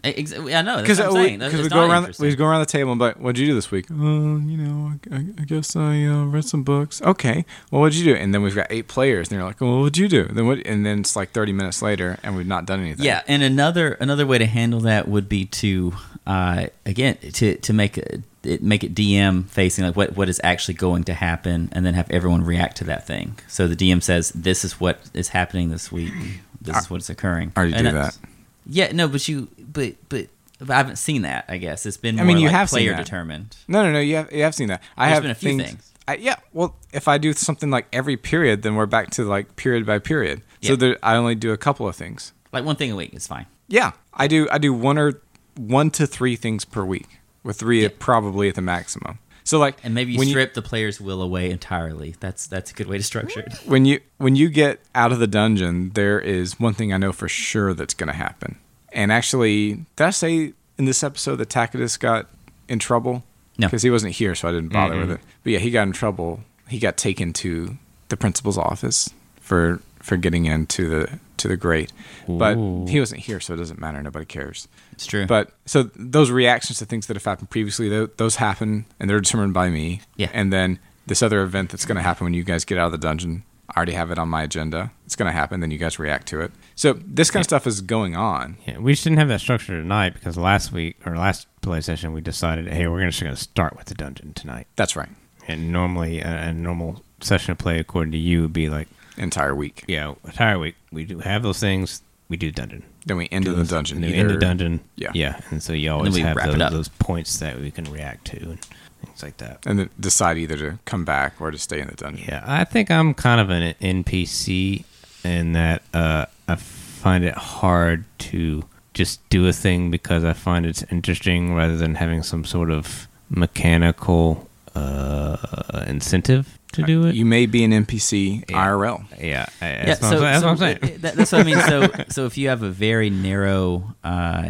S2: E,
S1: interesting?
S2: Ex- I know that's
S1: Because uh,
S2: what I'm
S1: we,
S2: saying. That-
S1: 'cause we
S2: it's
S1: go
S2: not
S1: around, we
S2: interesting.
S1: go around the table and be like, "What'd you do this week?" Uh, you know, I, I- I guess I uh, read some books. Okay, well, what'd you do? And then we've got eight players, and they're like, "Well, what'd you do?" Then what? And then it's like thirty minutes later, and we've not done anything.
S2: Yeah, and another another way to handle that would be to uh, again to to make a, it make it DM facing like what what is actually going to happen, and then have everyone react to that thing. So the DM says, "This is what is happening this week. This is what's occurring."
S1: I already
S2: And
S1: do
S2: that's- Yeah, no, but you but but. but I haven't seen that. I guess it's been.
S1: I
S2: More
S1: mean, you
S2: like
S1: have seen
S2: player
S1: that.
S2: determined.
S1: No, no, no. You have you have seen that. I
S2: There's
S1: have
S2: been a few things.
S1: I, yeah. Well, if I do something like every period, then we're back to like period by period.
S2: Yeah.
S1: So there, I only do a couple of things.
S2: Like one thing a week is fine.
S1: Yeah, I do. I do one or one to three things per week, with three
S2: Yeah.
S1: probably at the maximum. So like,
S2: And maybe you
S1: when
S2: strip the player's will away entirely. That's that's a good way to structure it.
S1: when you when you get out of the dungeon, there is one thing I know for sure that's going to happen. And actually, did I say in this episode that Tacitus got in trouble?
S2: No.
S1: because he wasn't here, so I didn't bother with it. But yeah, he got in trouble. He got taken to the principal's office for for getting into the to the grade.
S3: Ooh.
S1: But he wasn't here, so it doesn't matter. Nobody cares.
S2: It's true.
S1: But so those reactions to things that have happened previously, tho- those happen and they're determined by me.
S2: Yeah.
S1: And then this other event that's going to happen when you guys get out of the dungeon, I already have it on my agenda. It's going to happen. Then you guys react to it. So this kind of stuff is going on.
S3: Yeah, we just didn't have that structure tonight because last week or last play session we decided, hey, we're just going to start with the dungeon tonight.
S1: That's right.
S3: And normally, a, a normal session of play, according to you, would be like,
S1: Entire week.
S3: yeah, entire week we do have those things. We do dungeon.
S1: Then we end in the dungeon.
S3: And then we end the
S1: Either-
S3: dungeon.
S1: Yeah.
S3: yeah. And so you always
S2: we
S3: have
S2: wrap it
S3: those,
S2: up.
S3: those points that we can react to and things like that.
S1: And then decide either to come back or to stay in the dungeon.
S3: Yeah, I think I'm kind of an NPC in that uh, I find it hard to just do a thing because I find it's interesting rather than having some sort of mechanical uh, incentive to do it.
S1: You may be an NPC IRL.
S3: yeah, I-
S2: yeah,
S3: that's, what,
S2: so,
S3: I'm, that's
S2: so
S3: what I'm saying.
S2: it- that- that's what I mean. So, so if you have a very narrow uh,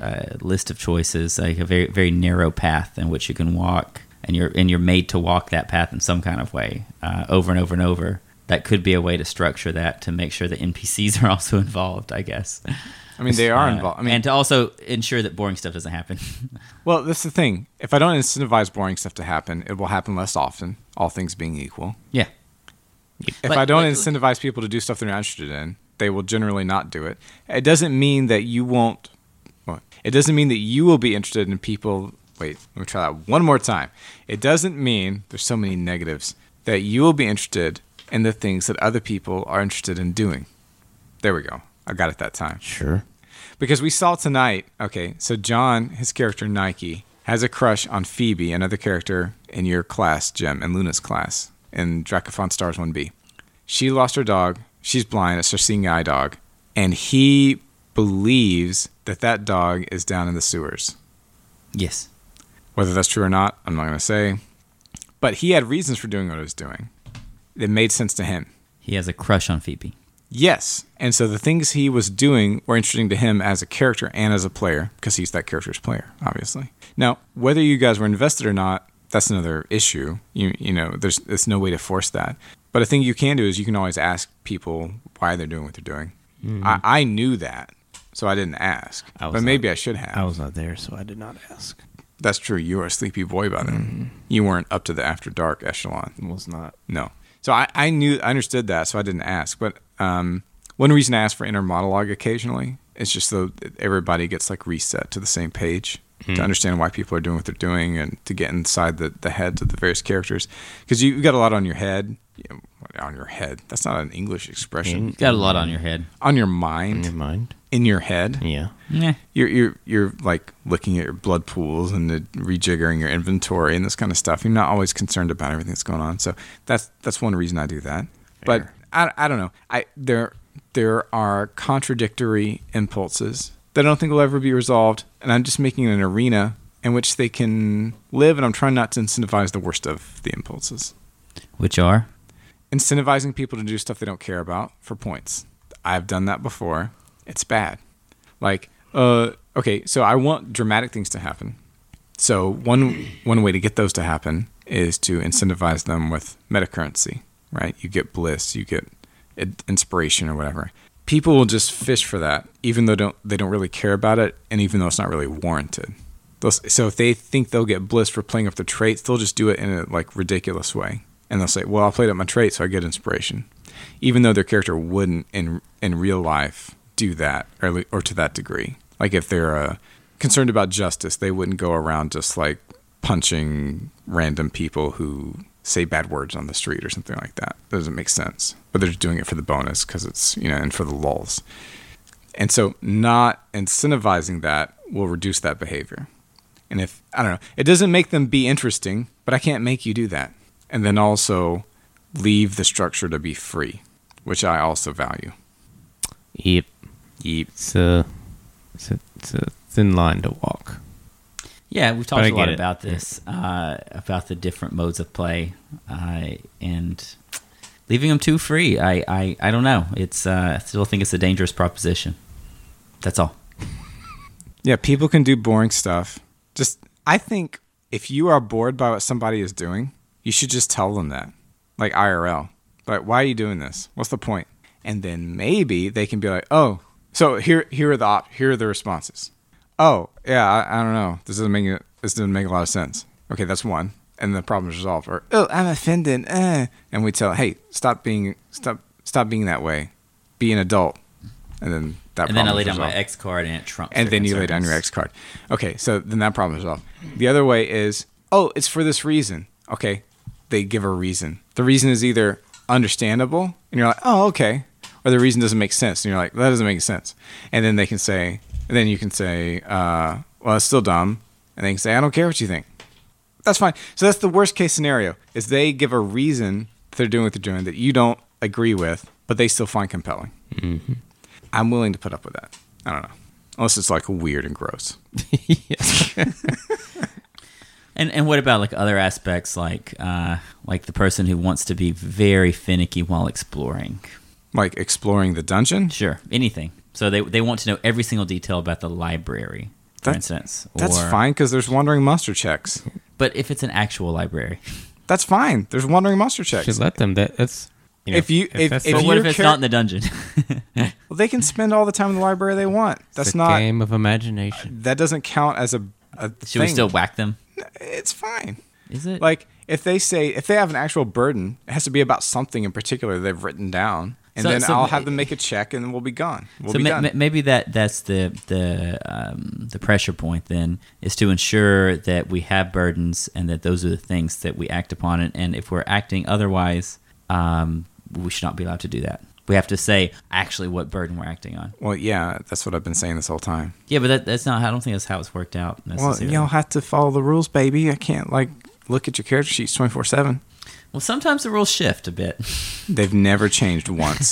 S2: uh, list of choices, like a very very narrow path in which you can walk, and you're and you're made to walk that path in some kind of way uh, over and over and over, that could be a way to structure that to make sure that NPCs [laughs] are also involved. I guess
S1: I mean, they are
S2: Uh,
S1: involved. I mean,
S2: and to also ensure that boring stuff doesn't happen. [laughs]
S1: Well, that's the thing. If I don't incentivize boring stuff to happen, it will happen less often, all things being equal.
S2: yeah,
S1: If
S2: But-
S1: I don't
S2: but-
S1: incentivize people to do stuff they're not interested in, they will generally not do it. It doesn't mean that you won't. What? It doesn't mean that you will be interested in people. Wait, let me try that one more time. It doesn't mean there's so many negatives that you will be interested in the things that other people are interested in doing. There we go. I got it that time.
S3: Sure.
S1: Because we saw tonight, okay, so John, his character Nike, has a crush on Phoebe, another character in your class, Jim, in Luna's class, in Dracophon Stars 1B. She lost her dog. She's blind. It's her seeing eye dog. And he believes that that dog is down in the sewers.
S2: yes,
S1: Whether that's true or not, I'm not going to say. But he had reasons for doing what he was doing. It made sense to him.
S2: he has a crush on Phoebe.
S1: Yes. And so the things he was doing were interesting to him as a character and as a player because he's that character's player, obviously. Now, whether you guys were invested or not, that's another issue. You you know, there's there's no way to force that. But a thing you can do is you can always ask people why they're doing what they're doing. I, I knew that, so I didn't ask.
S3: Mm-hmm. I was
S1: but maybe
S3: not-
S1: I should have.
S3: I was not there, so I did not ask.
S1: That's true. You were a sleepy boy by
S3: Mm-hmm.
S1: then. You weren't up to the after dark echelon.
S3: Was not.
S1: No. So I, I knew I understood that, so I didn't ask. But um, one reason I ask for inner monologue occasionally is just so that everybody gets like reset to the same page to understand why people are doing what they're doing and to get inside the, the heads of the various characters because you, have got a lot on your head. You know, On your head. That's not an English expression.
S3: In
S2: Got a lot on your head.
S1: on your
S3: your
S1: mind,
S3: mind.
S1: in your head
S3: Yeah.
S2: Yeah.
S1: you're you're you're like looking at your blood pools and the rejiggering your inventory and this kind of stuff. You're not always concerned about everything that's going on. So that's that's one reason I do that.
S3: Fair.
S1: But I, I don't know. I there there are contradictory impulses that I don't think will ever be resolved, and I'm just making an arena in which they can live. And I'm trying not to incentivize the worst of the impulses.
S2: Which are?
S1: Incentivizing people to do stuff they don't care about for points. I've done that before. It's bad. Like, uh, okay, so I want dramatic things to happen. So one one way to get those to happen is to incentivize them with meta currency, right? You get bliss, you get in- inspiration or whatever. People will just fish for that, even though don't they don't really care about it, and even though it's not really warranted. They'll s- So if they think they'll get bliss for playing up their traits, they'll just do it in a like ridiculous way, and they'll say, "Well, I played up my trait, so I get inspiration," even though their character wouldn't in in real life do that or, li- or to that degree. Like if they're uh, concerned about justice, they wouldn't go around just like punching random people who say bad words on the street or something like that. That doesn't make sense. But they're just doing it for the bonus because it's you know and for the lulls. And so not incentivizing that will reduce that behavior. And if I don't know, it doesn't make them be interesting, but I can't make you do that. And then also leave the structure to be free, which I also value.
S3: Yep.
S1: Yeep.
S3: It's a, it's a, it's a thin line to walk.
S2: Yeah, we've talked
S3: I
S2: a lot
S3: get it.
S2: about this, uh, about the different modes of play, uh, and leaving them too free. I, I, I don't know. It's uh, I still think it's a dangerous proposition. That's all.
S1: Yeah, people can do boring stuff. Just, I think if you are bored by what somebody is doing, you should just tell them that, like IRL. Like, why are you doing this? What's the point? And then maybe they can be like, oh, so here, here are the op- here are the responses. Oh, yeah, I, I don't know. This doesn't make it, this doesn't make a lot of sense. Okay, that's one, and the problem is resolved. Or oh, I'm offended. Eh. And we tell, hey, stop being stop stop being that way. Be an adult. And then that.
S2: And then I
S1: problem
S2: lay
S1: is
S2: down my
S1: resolved
S2: X card and it trumps.
S1: and
S2: their
S1: then you lay down your
S2: concerns.
S1: X card. Okay, so then that problem is solved. The other way is, oh, it's for this reason. Okay, they give a reason. The reason is either understandable, and you're like, oh, okay, or the reason doesn't make sense, and you're like, that doesn't make sense. And then they can say, and then you can say, uh, well, it's still dumb, and they can say, I don't care what you think. That's fine. So that's the worst case scenario is they give a reason that they're doing what they're doing that you don't agree with, but they still find compelling. I'm willing to put up with that. I don't know. Unless it's like weird and gross.
S2: And and what about like other aspects, like uh, like the person who wants to be very finicky while exploring?
S1: Like exploring the dungeon?
S2: Sure, anything. So they they want to know every single detail about the library, for
S1: That-
S2: instance.
S1: That's
S2: or-
S1: fine because there's wandering monster checks.
S2: But if it's an actual library,
S1: That's fine. There's wandering monster checks.
S3: Should let them. That that's you
S1: If you- if-
S3: that's
S1: if
S2: but
S3: the-
S2: what if
S1: you're
S2: it's
S1: char-
S2: not in the dungeon? [laughs]
S1: well, they can spend all the time in the library they want. That's
S3: it's a
S1: not.
S3: game of imagination.
S1: That doesn't count as a. a
S2: Should
S1: thing.
S2: we still whack them?
S1: It's fine.
S2: Is it
S1: Like if they say if they have an actual burden, it has to be about something in particular they've written down, and
S2: So-
S1: then
S2: so-
S1: I'll have them make a check, and then we'll be gone. We'll
S2: so
S1: be
S2: ma-
S1: done.
S2: ma- maybe that that's the the um, the pressure point then is to ensure that we have burdens and that those are the things that we act upon and, and if we're acting otherwise um, we should not be allowed to do that we have to say actually what burden we're acting on
S1: well, yeah, that's what I've been saying this whole time.
S2: yeah but that, that's not i don't think that's how it's worked out
S1: Well,
S2: necessarily
S1: y'all have to follow the rules, baby. I can't like look at your character sheets twenty four seven.
S2: well sometimes the rules shift a bit
S1: They've never changed once.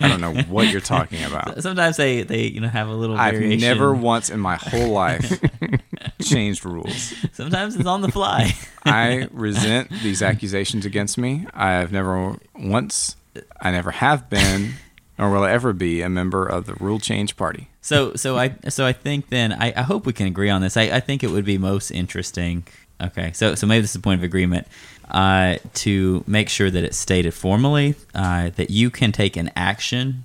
S1: I don't know what you're talking about.
S2: [laughs] sometimes they they you know have a little
S1: I've
S2: variation.
S1: never once in my whole life changed rules.
S2: [laughs] sometimes it's on the
S1: [laughs]
S2: fly
S1: I resent these accusations against me. I've never once, I never have been, nor will I ever be a member of the rule change party.
S2: So so I so I think then I, I hope we can agree on this. I, I think it would be most interesting. Okay, so so maybe this is a point of agreement uh, to make sure that it's stated formally uh, that you can take an action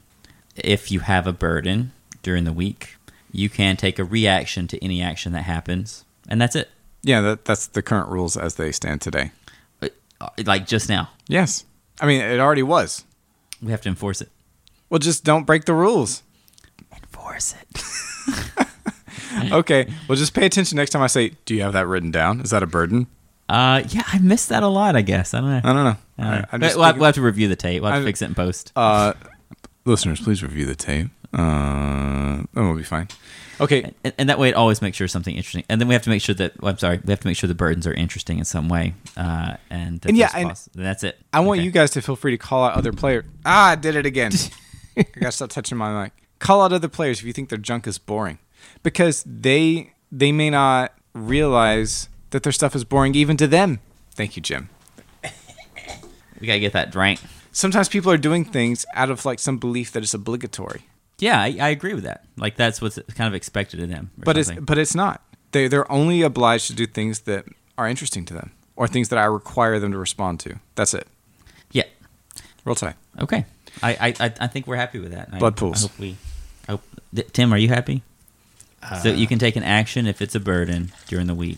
S2: if you have a burden during the week. You can take a reaction to any action that happens, and that's it.
S1: Yeah, that, that's the current rules as they stand today.
S2: But, uh, Like just now,
S1: Yes. I mean, it already was.
S2: we have to enforce it.
S1: Well, just don't break the rules.
S2: Enforce it.
S1: [laughs] Okay. Well, just pay attention next time I say, Do you have that written down? Is that a burden?
S2: Uh, yeah, I missed that a lot. I guess I don't know.
S1: I don't know.
S2: I don't
S1: I-
S2: know.
S1: I'm
S2: But
S1: just
S2: we'll, have,
S1: thinking-
S2: we'll have to review the tape. We'll have to
S1: I'm-
S2: fix it in post.
S1: Uh, listeners, please review the tape. Uh, that will be fine. Okay,
S2: and, and that way it always makes sure something interesting and then we have to make sure that well, i'm sorry we have to make sure the burdens are interesting in some way uh, and, that
S1: And yeah,
S2: there's
S1: and-
S2: poss- that's it
S1: I want
S2: Okay.
S1: you guys to feel free to call out other players. Ah, I did it again. I gotta stop touching my mic. Call out other players if you think their junk is boring, because they they may not realize that their stuff is boring even to them. Thank you, Jim.
S2: we gotta get that drank
S1: Sometimes people are doing things out of like some belief that it's obligatory.
S2: yeah I, I agree with that like that's what's kind of expected of them or
S1: but it's
S2: something.
S1: but it's not. They they're only obliged to do things that are interesting to them or things that I require them to respond to. That's it.
S2: yeah
S1: Roll tie.
S2: okay I, I I- i think we're happy with that I-
S1: Blood pools.
S2: I hope we I hope, Th- tim are you happy so
S1: Uh,
S2: you can take an action if it's a burden during the week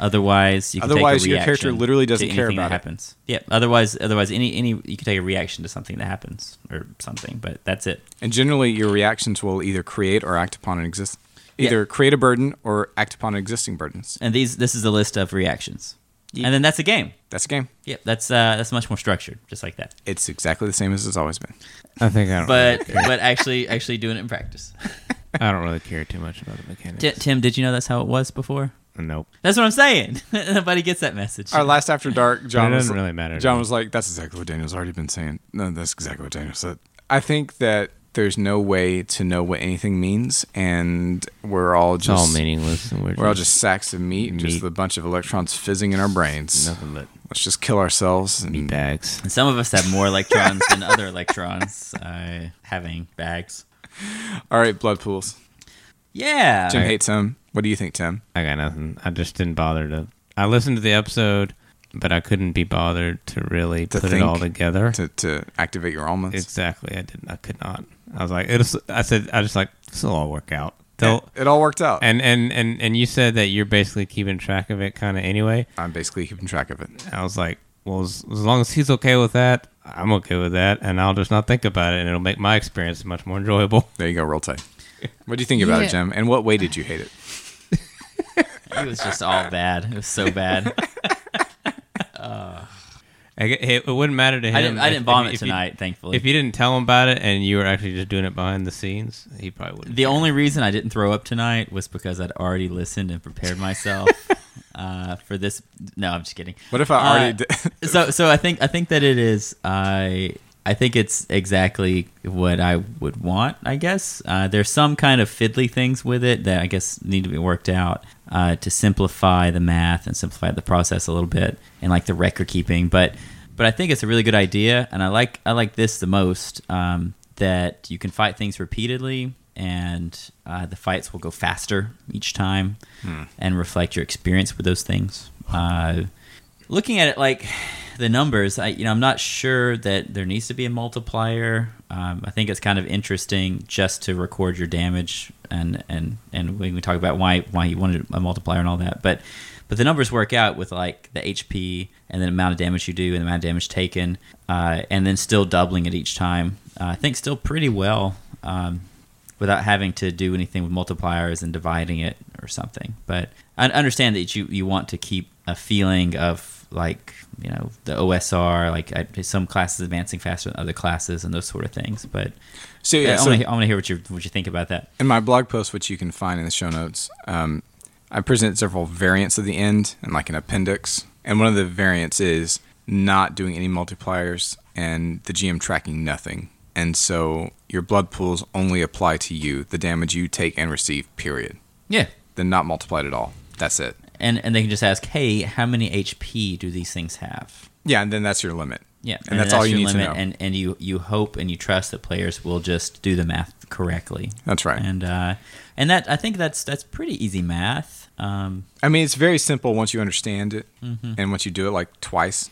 S2: otherwise you can
S1: Otherwise,
S2: take a
S1: your character
S2: reaction
S1: literally
S2: to
S1: doesn't care
S2: anything
S1: about
S2: that
S1: it.
S2: happens yeah otherwise otherwise any any you can take a reaction to something that happens or something but that's it
S1: And generally, your reactions will either create or act upon an exist,
S2: Yeah.
S1: either create a burden or act upon existing burdens.
S2: and these this is a list of reactions and then that's a game
S1: That's a game.
S2: yep that's uh that's much more structured just like that
S1: It's exactly the same as it's always been.
S3: I think I don't.
S2: but but actually actually doing it in
S1: [laughs]
S2: practice
S3: I don't really care too much about the mechanics. Uh,
S2: T- tim did you know that's how it was before
S3: nope.
S2: that's what i'm saying [laughs] nobody gets that message
S1: Our last after dark, John
S3: It
S1: was,
S3: doesn't really matter to
S1: John
S3: me.
S1: was like, "That's exactly what Daniel's already been saying." No, that's exactly what Daniel said. I think that there's no way to know what anything means, and we're all
S3: It's all
S1: just
S3: meaningless. And we're,
S1: we're all just sacks of meat, and just
S3: Meat.
S1: a bunch of electrons fizzing in our brains.
S3: nothing but
S1: Let's just kill ourselves. And
S3: meat bags.
S2: And some of us have more electrons than other electrons uh, having bags.
S1: all right, blood pools.
S2: Yeah.
S1: Jim hates him. What do you think, Tim?
S3: I got nothing. I just didn't bother to. I listened to the episode, but I couldn't be bothered to really
S1: To
S3: put
S1: think.
S3: it all together.
S1: To to activate your almonds.
S3: Exactly. I didn't. I could not. I was like, it'll, I said, I just like, this will all work out. They'll,
S1: it all worked out.
S3: and, and, and, and you said that you're basically keeping track of it kind of anyway.
S1: I'm basically keeping track of it.
S3: I was like, well, as, as long as he's okay with that, I'm okay with that. And I'll just not think about it. And it'll make my experience much more enjoyable. [laughs]
S1: There you go. Roll tight. What do you think about it,
S2: Yeah.
S1: Jim? And what way did you hate it?
S2: It was just all bad. It was
S3: [laughs]
S2: so bad.
S3: I gue- it wouldn't matter to him.
S2: I didn't, I
S3: if-
S2: didn't
S3: if
S2: vomit
S3: you- if you-
S2: tonight, thankfully.
S3: If you didn't tell him about it and you were actually just doing it behind the scenes, he probably wouldn't.
S2: the only reason I didn't throw up tonight was because I'd already listened and prepared
S3: [laughs]
S2: myself uh, for this. No, I'm just kidding.
S1: What if I
S2: Uh,
S1: already
S3: [laughs]
S1: did?
S2: [laughs] so so I think I think that it is I I think it's exactly what I would want. I guess uh, there's some kind of fiddly things with it that I guess need to be worked out uh, to simplify the math and simplify the process a little bit and like the record keeping. But but I think it's a really good idea, and I like I like this the most um, that you can fight things repeatedly. And uh, the fights will go faster each time, and reflect your experience with those things. Uh, looking at it like the numbers i you know i'm not sure that there needs to be a multiplier um, i think it's kind of interesting just to record your damage and and and we can talk about why why you wanted a multiplier and all that but but the numbers work out with like the hp and the amount of damage you do and the amount of damage taken uh, and then still doubling it each time uh, i think still pretty well um, without having to do anything with multipliers and dividing it or something. But I understand that you you want to keep a feeling of like you know the OSR, like I, some classes advancing faster than other classes and those sort of things. But
S1: So
S2: yeah,
S1: yeah,
S2: I
S1: so
S2: want to hear what you what you think about that.
S1: in my blog post, which you can find in the show notes, um, I present several variants of the end and like an appendix. And one of the variants is not doing any multipliers and the GM tracking nothing. And so your blood pools only apply to you, the damage you take and receive, period.
S2: Yeah,
S1: They're not multiplied at all. That's it.
S2: and and they can just ask, hey, how many HP do these things have?
S1: Yeah, and then that's your limit.
S2: Yeah,
S1: And that's all you
S2: your
S1: need to
S2: limit,
S1: know.
S2: And and you you hope and you trust that players will just do the math correctly.
S1: That's right.
S2: And uh, and that I think that's that's pretty easy math. Um,
S1: I mean, it's very simple once you understand it, and once you do it like twice,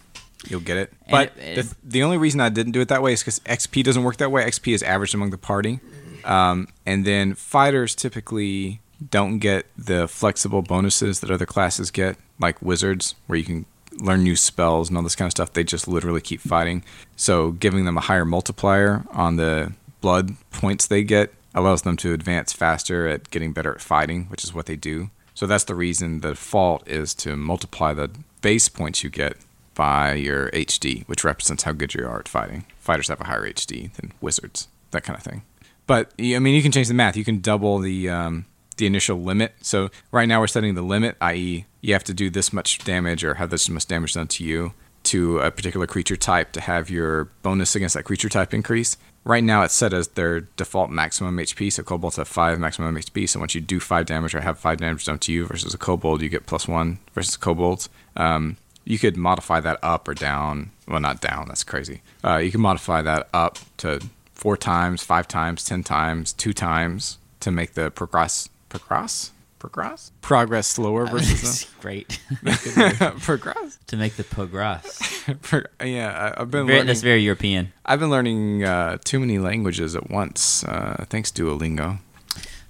S1: you'll get it.
S2: Mm-hmm. And
S1: But
S2: it-
S1: the, the only reason I didn't do it that way is because XP doesn't work that way. XP is averaged among the party, um, and then fighters typically don't get the flexible bonuses that other classes get, like wizards, where you can learn new spells and all this kind of stuff. They just literally keep fighting. So giving them a higher multiplier on the blood points they get allows them to advance faster at getting better at fighting, which is what they do. So that's the reason the default is to multiply the base points you get by your HD, which represents how good you are at fighting. Fighters have a higher HD than wizards, that kind of thing. But y- I mean, you can change the math. You can double the um, the initial limit. So right now we're setting the limit, i.e., you have to do this much damage or have this much damage done to you to a particular creature type to have your bonus against that creature type increase. Right now it's set as their default maximum HP, so kobolds have five maximum HP. So once you do five damage or have five damage done to you versus a kobold, you get plus one versus kobolds. Um, you could modify that up or down. Well, not down. That's crazy. Uh, you can modify that up to four times, five times, ten times, two times to make the progress progress progress progress slower versus [laughs]
S2: It's [laughs] great
S1: the, [laughs] progress.
S2: to make the progress.
S1: Pro- yeah, I, I've been
S2: [laughs] Very,
S1: learning.
S2: that's very European.
S1: I've been learning uh, too many languages at once. Uh, thanks Duolingo.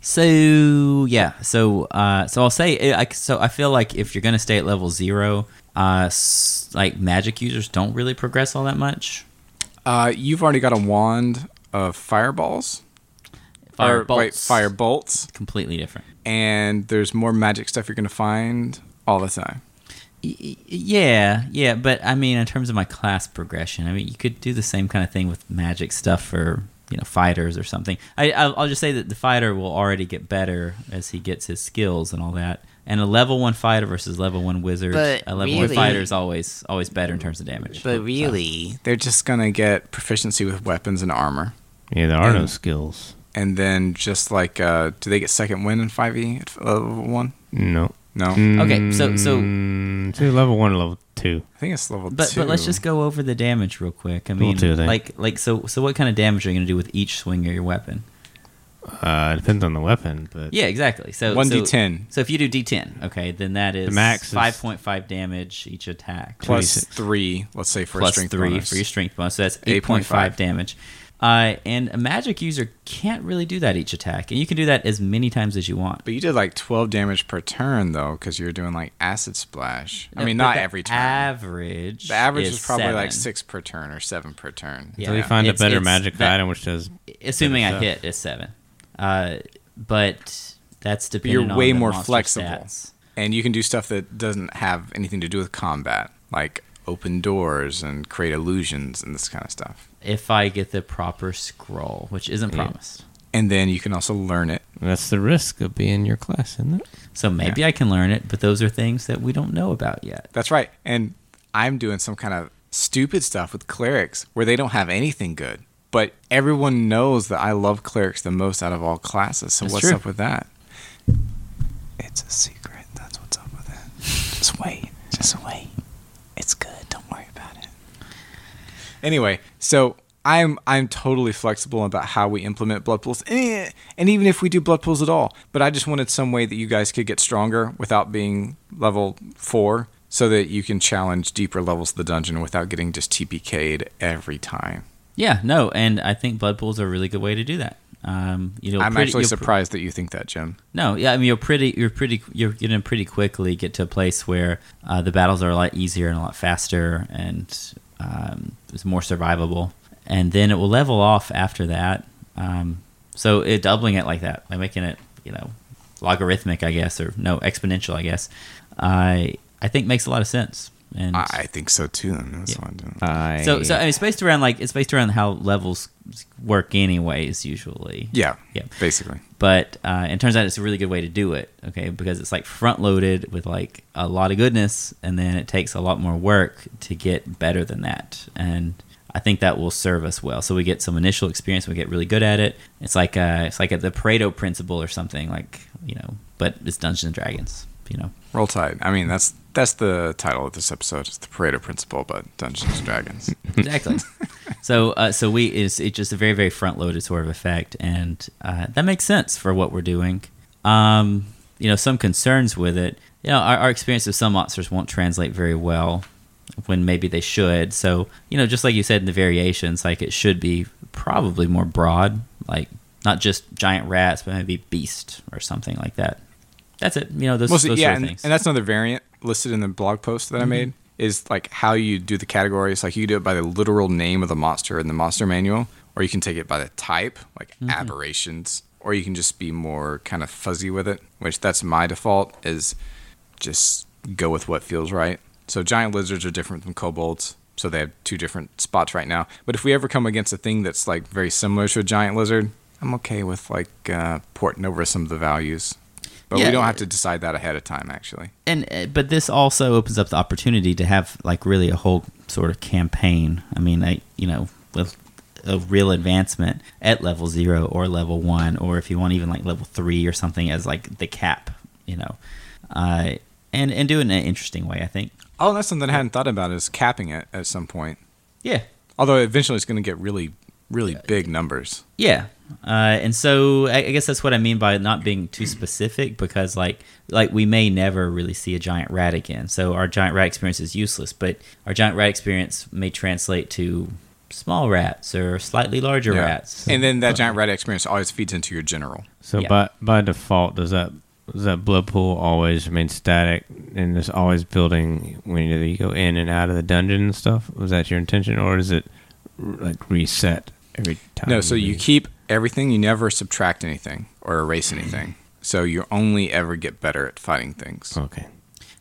S2: So yeah, so uh, so I'll say I, so I feel like if you're gonna stay at level zero, uh, s- like magic users don't really progress all that much.
S1: Uh, you've already got a wand of fireballs.
S2: Fire
S1: or,
S2: bolts,
S1: Wait, fire bolts.
S2: completely different.
S1: And there's more magic stuff you're gonna find all the time.
S2: Y- y- Yeah, yeah, but I mean, in terms of my class progression, I mean, you could do the same kind of thing with magic stuff for you know fighters or something. I I'll I'll just say that the fighter will already get better as he gets his skills and all that. And a level one fighter versus level one wizard,
S4: But
S2: a level one
S4: really-
S2: fighter is always always better in terms of damage.
S4: But really,
S1: They're just gonna get proficiency with weapons and armor.
S3: Yeah, there are no
S2: Mm.
S1: And-
S3: skills.
S1: And then just like, uh, do they get second win in 5e at uh, level one?
S3: No.
S1: No,
S2: Okay, so- so-
S3: Mm, so level one, level two.
S1: I think it's level
S2: But
S1: two.
S2: but let's just go over the damage real quick. I
S3: We'll
S2: mean,
S3: do that.
S2: like like so so what kind of damage are you going to do with each swing of your weapon?
S3: Uh, it depends on the weapon, but
S2: Yeah, exactly. So
S1: one
S2: so-
S1: d ten
S2: So if you do D10, okay, then that is
S3: The max is-
S2: five point five damage each attack
S1: plus
S3: 26.
S1: three. Let's say for a
S2: plus
S1: strength
S2: three
S1: bonus.
S2: for your strength bonus. So that's eight point
S1: 8.5.
S2: five damage. Uh, and a magic user can't really do that each attack, and you can do that as many times as you want.
S1: But you did like 12 damage per turn though, because you're doing like acid splash. I
S2: No,
S1: mean,
S2: but
S1: not
S2: the
S1: every turn.
S2: Average.
S1: the average is, probably like
S2: seven.
S1: six per turn or seven per turn.
S2: Yeah.
S3: until you find
S2: It's-
S3: a better
S2: it's
S3: magic
S2: that-
S3: item, which does
S2: assuming I
S3: So-
S2: hit is seven. Uh, but that's dependent.
S1: you're way
S2: on the
S1: more
S2: monster
S1: flexible.
S2: stats.
S1: And you can do stuff that doesn't have anything to do with combat, like open doors and create illusions and this kind of stuff.
S2: If I get the proper scroll, which isn't
S3: Yeah.
S2: promised,
S1: And then you can also learn it.
S3: that's the risk of being your class, isn't it?
S2: so maybe I can learn it. But those are things that we don't know about yet.
S1: That's right. And I'm doing some kind of stupid stuff with clerics where they don't have anything good. But everyone knows that I love clerics the most out of all classes. So
S2: That's
S1: what's
S2: true.
S1: up with that? It's a secret. That's what's up with it. Just wait. Just wait. It's good. Don't worry about it. Anyway, so I'm I'm totally flexible about how we implement blood pools, eh, and even if we do blood pools at all. But I just wanted some way that you guys could get stronger without being level four, so that you can challenge deeper levels of the dungeon without getting just TPK'd every time.
S2: Yeah, no, and I think blood pools are a really good way to do that. Um, you know,
S1: I'm
S2: pretty-
S1: actually
S2: you'll pr-
S1: surprised that you think that, Jim.
S2: No, yeah, I mean you're pretty, you're pretty, you're gonna pretty quickly get to a place where uh, the battles are a lot easier and a lot faster, and um, it's more survivable. And then it will level off after that. Um, so it doubling it like that, like making it, you know, logarithmic, I guess, or no exponential, I guess. I I think makes a lot of sense. And
S1: I, I think so too. and That's
S2: Yeah. Uh,
S1: why I'm doing.
S3: I
S2: so so I mean, it's based around like it's based around how levels work, anyways, usually.
S1: yeah,
S2: Yeah
S1: basically.
S2: but uh, it turns out it's a really good way to do it okay because it's like front loaded with like a lot of goodness and then it takes a lot more work to get better than that and i think that will serve us well so we get some initial experience we get really good at it it's like uh it's like the pareto principle or something like you know but it's dungeons and dragons you know
S1: Roll Tide. I mean, that's that's the title of this episode. It's the Pareto Principle, but Dungeons and Dragons.
S2: exactly so uh, so we is it's just a very very front loaded sort of effect and uh, that makes sense for what we're doing um, you know some concerns with it you know our, our experience of some monsters won't translate very well when maybe they should so you know just like you said in the variations like it should be probably more broad like not just giant rats but maybe beast or something like that that's it you know [laughs] those,
S1: Mostly,
S2: those
S1: yeah,
S2: sort of
S1: and,
S2: things Mm-hmm.
S1: and that's another variant listed in the blog post that I made is like how you do the categories. Like you can do it by the literal name of the monster in the monster manual, or you can take it by the type, like
S2: Mm-hmm.
S1: aberrations, or you can just be more kind of fuzzy with it. Which that's my default is just go with what feels right. So giant lizards are different from kobolds, so they have two different spots right now. But if we ever come against a thing that's like very similar to a giant lizard, I'm okay with like uh, porting over some of the values. But
S2: Yeah.
S1: we don't have to decide that ahead of time, actually.
S2: and uh, but this also opens up the opportunity to have like really a whole sort of campaign. I mean, I you know with a real advancement at level zero or level one, or if you want even like level three or something as like the cap, you know, uh, and and do it in an interesting way. I think.
S1: Oh, that's something I hadn't thought about is capping it at some point.
S2: Yeah.
S1: Although eventually it's going to get really, really big numbers.
S2: Yeah. Uh, and so I, I guess that's what I mean by not being too specific because like like we may never really see a giant rat again. So our giant rat experience is useless, but our giant rat experience may translate to small rats or slightly larger
S1: Yeah.
S2: rats.
S1: And then that giant rat experience always feeds into your general.
S3: So
S2: Yeah.
S3: by by default, does that does that blood pool always remain static and it's always building when you you go in and out of the dungeon and stuff? Was that your intention, or is it r- like reset every time?
S1: No, so you
S3: leave?
S1: keep everything. You never subtract anything or erase anything. So you only ever get better at fighting things.
S3: okay.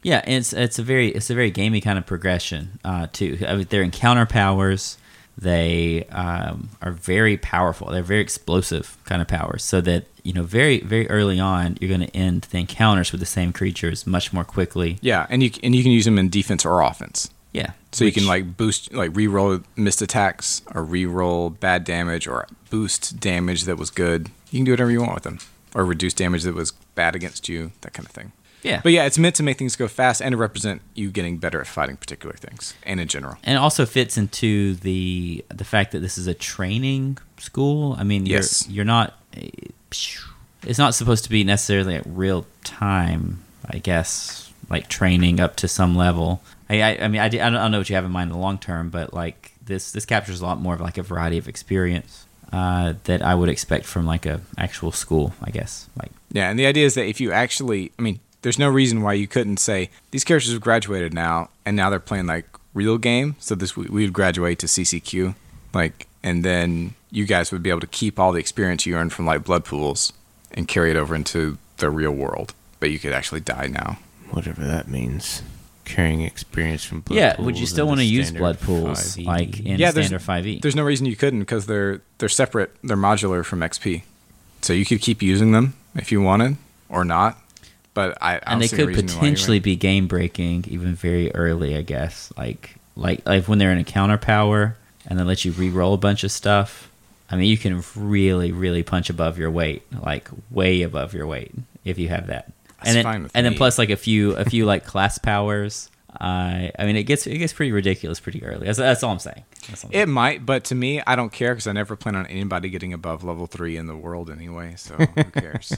S2: Yeah, and it's it's a very it's a very gamey kind of progression uh, too. I mean, their encounter powers they um, are very powerful. They're very explosive kind of powers. So that you know, very very early on, you're going to end the encounters with the same creatures much more quickly.
S1: Yeah, and you and you can use them in defense or offense.
S2: Yeah.
S1: So
S2: which-
S1: you can like boost, like re-roll missed attacks, or re-roll bad damage, or boost damage that was good. You can do whatever you want with them, or reduce damage that was bad against you, that kind of thing.
S2: yeah.
S1: But yeah, it's meant to make things go fast and to represent you getting better at fighting particular things and in general.
S2: and it also fits into the the fact that this is a training school. I mean, you're,
S1: Yes.
S2: you're not. eh, It's not supposed to be necessarily at real time. I guess like training up to some level. I, I, I mean, I, di- I don't I don't know what you have in mind in the long term, but like this this captures a lot more of like a variety of experience uh, that I would expect from like a actual school. I guess like
S1: Yeah, and the idea is that if you actually, I mean, there's no reason why you couldn't say these characters have graduated now, and now they're playing like real game. So this we would graduate to CCQ, like, and then you guys would be able to keep all the experience you earned from like blood pools and carry it over into the real world. But you could actually die now.
S3: Whatever that means. Carrying experience from blood
S2: yeah.
S3: pools
S2: Would you still
S3: and
S2: want to
S3: the
S2: use
S3: standard
S2: blood pools
S3: 5e.
S2: like in
S1: Yeah, there's-
S2: standard five e?
S1: There's no reason you couldn't because they're they're separate. They're modular from XP, so you could keep using them if you wanted or not. But I, I don't
S2: and they
S1: see a
S2: could
S1: reason why you wouldn't.
S2: potentially be game breaking even very early, I guess. Like like like when they're in a counter power and they let you re-roll a bunch of stuff. I mean, you can really really punch above your weight, like way above your weight if you have that.
S1: That's
S2: and then,
S1: fine with
S2: and
S1: me.
S2: then plus like a few a few like class powers. I I mean, it gets it gets pretty ridiculous pretty early. That's, that's all I'm saying. That's all I'm
S1: It might, but to me, I don't care because I never plan on anybody getting above level three in the world anyway. So
S2: [laughs]
S1: who cares?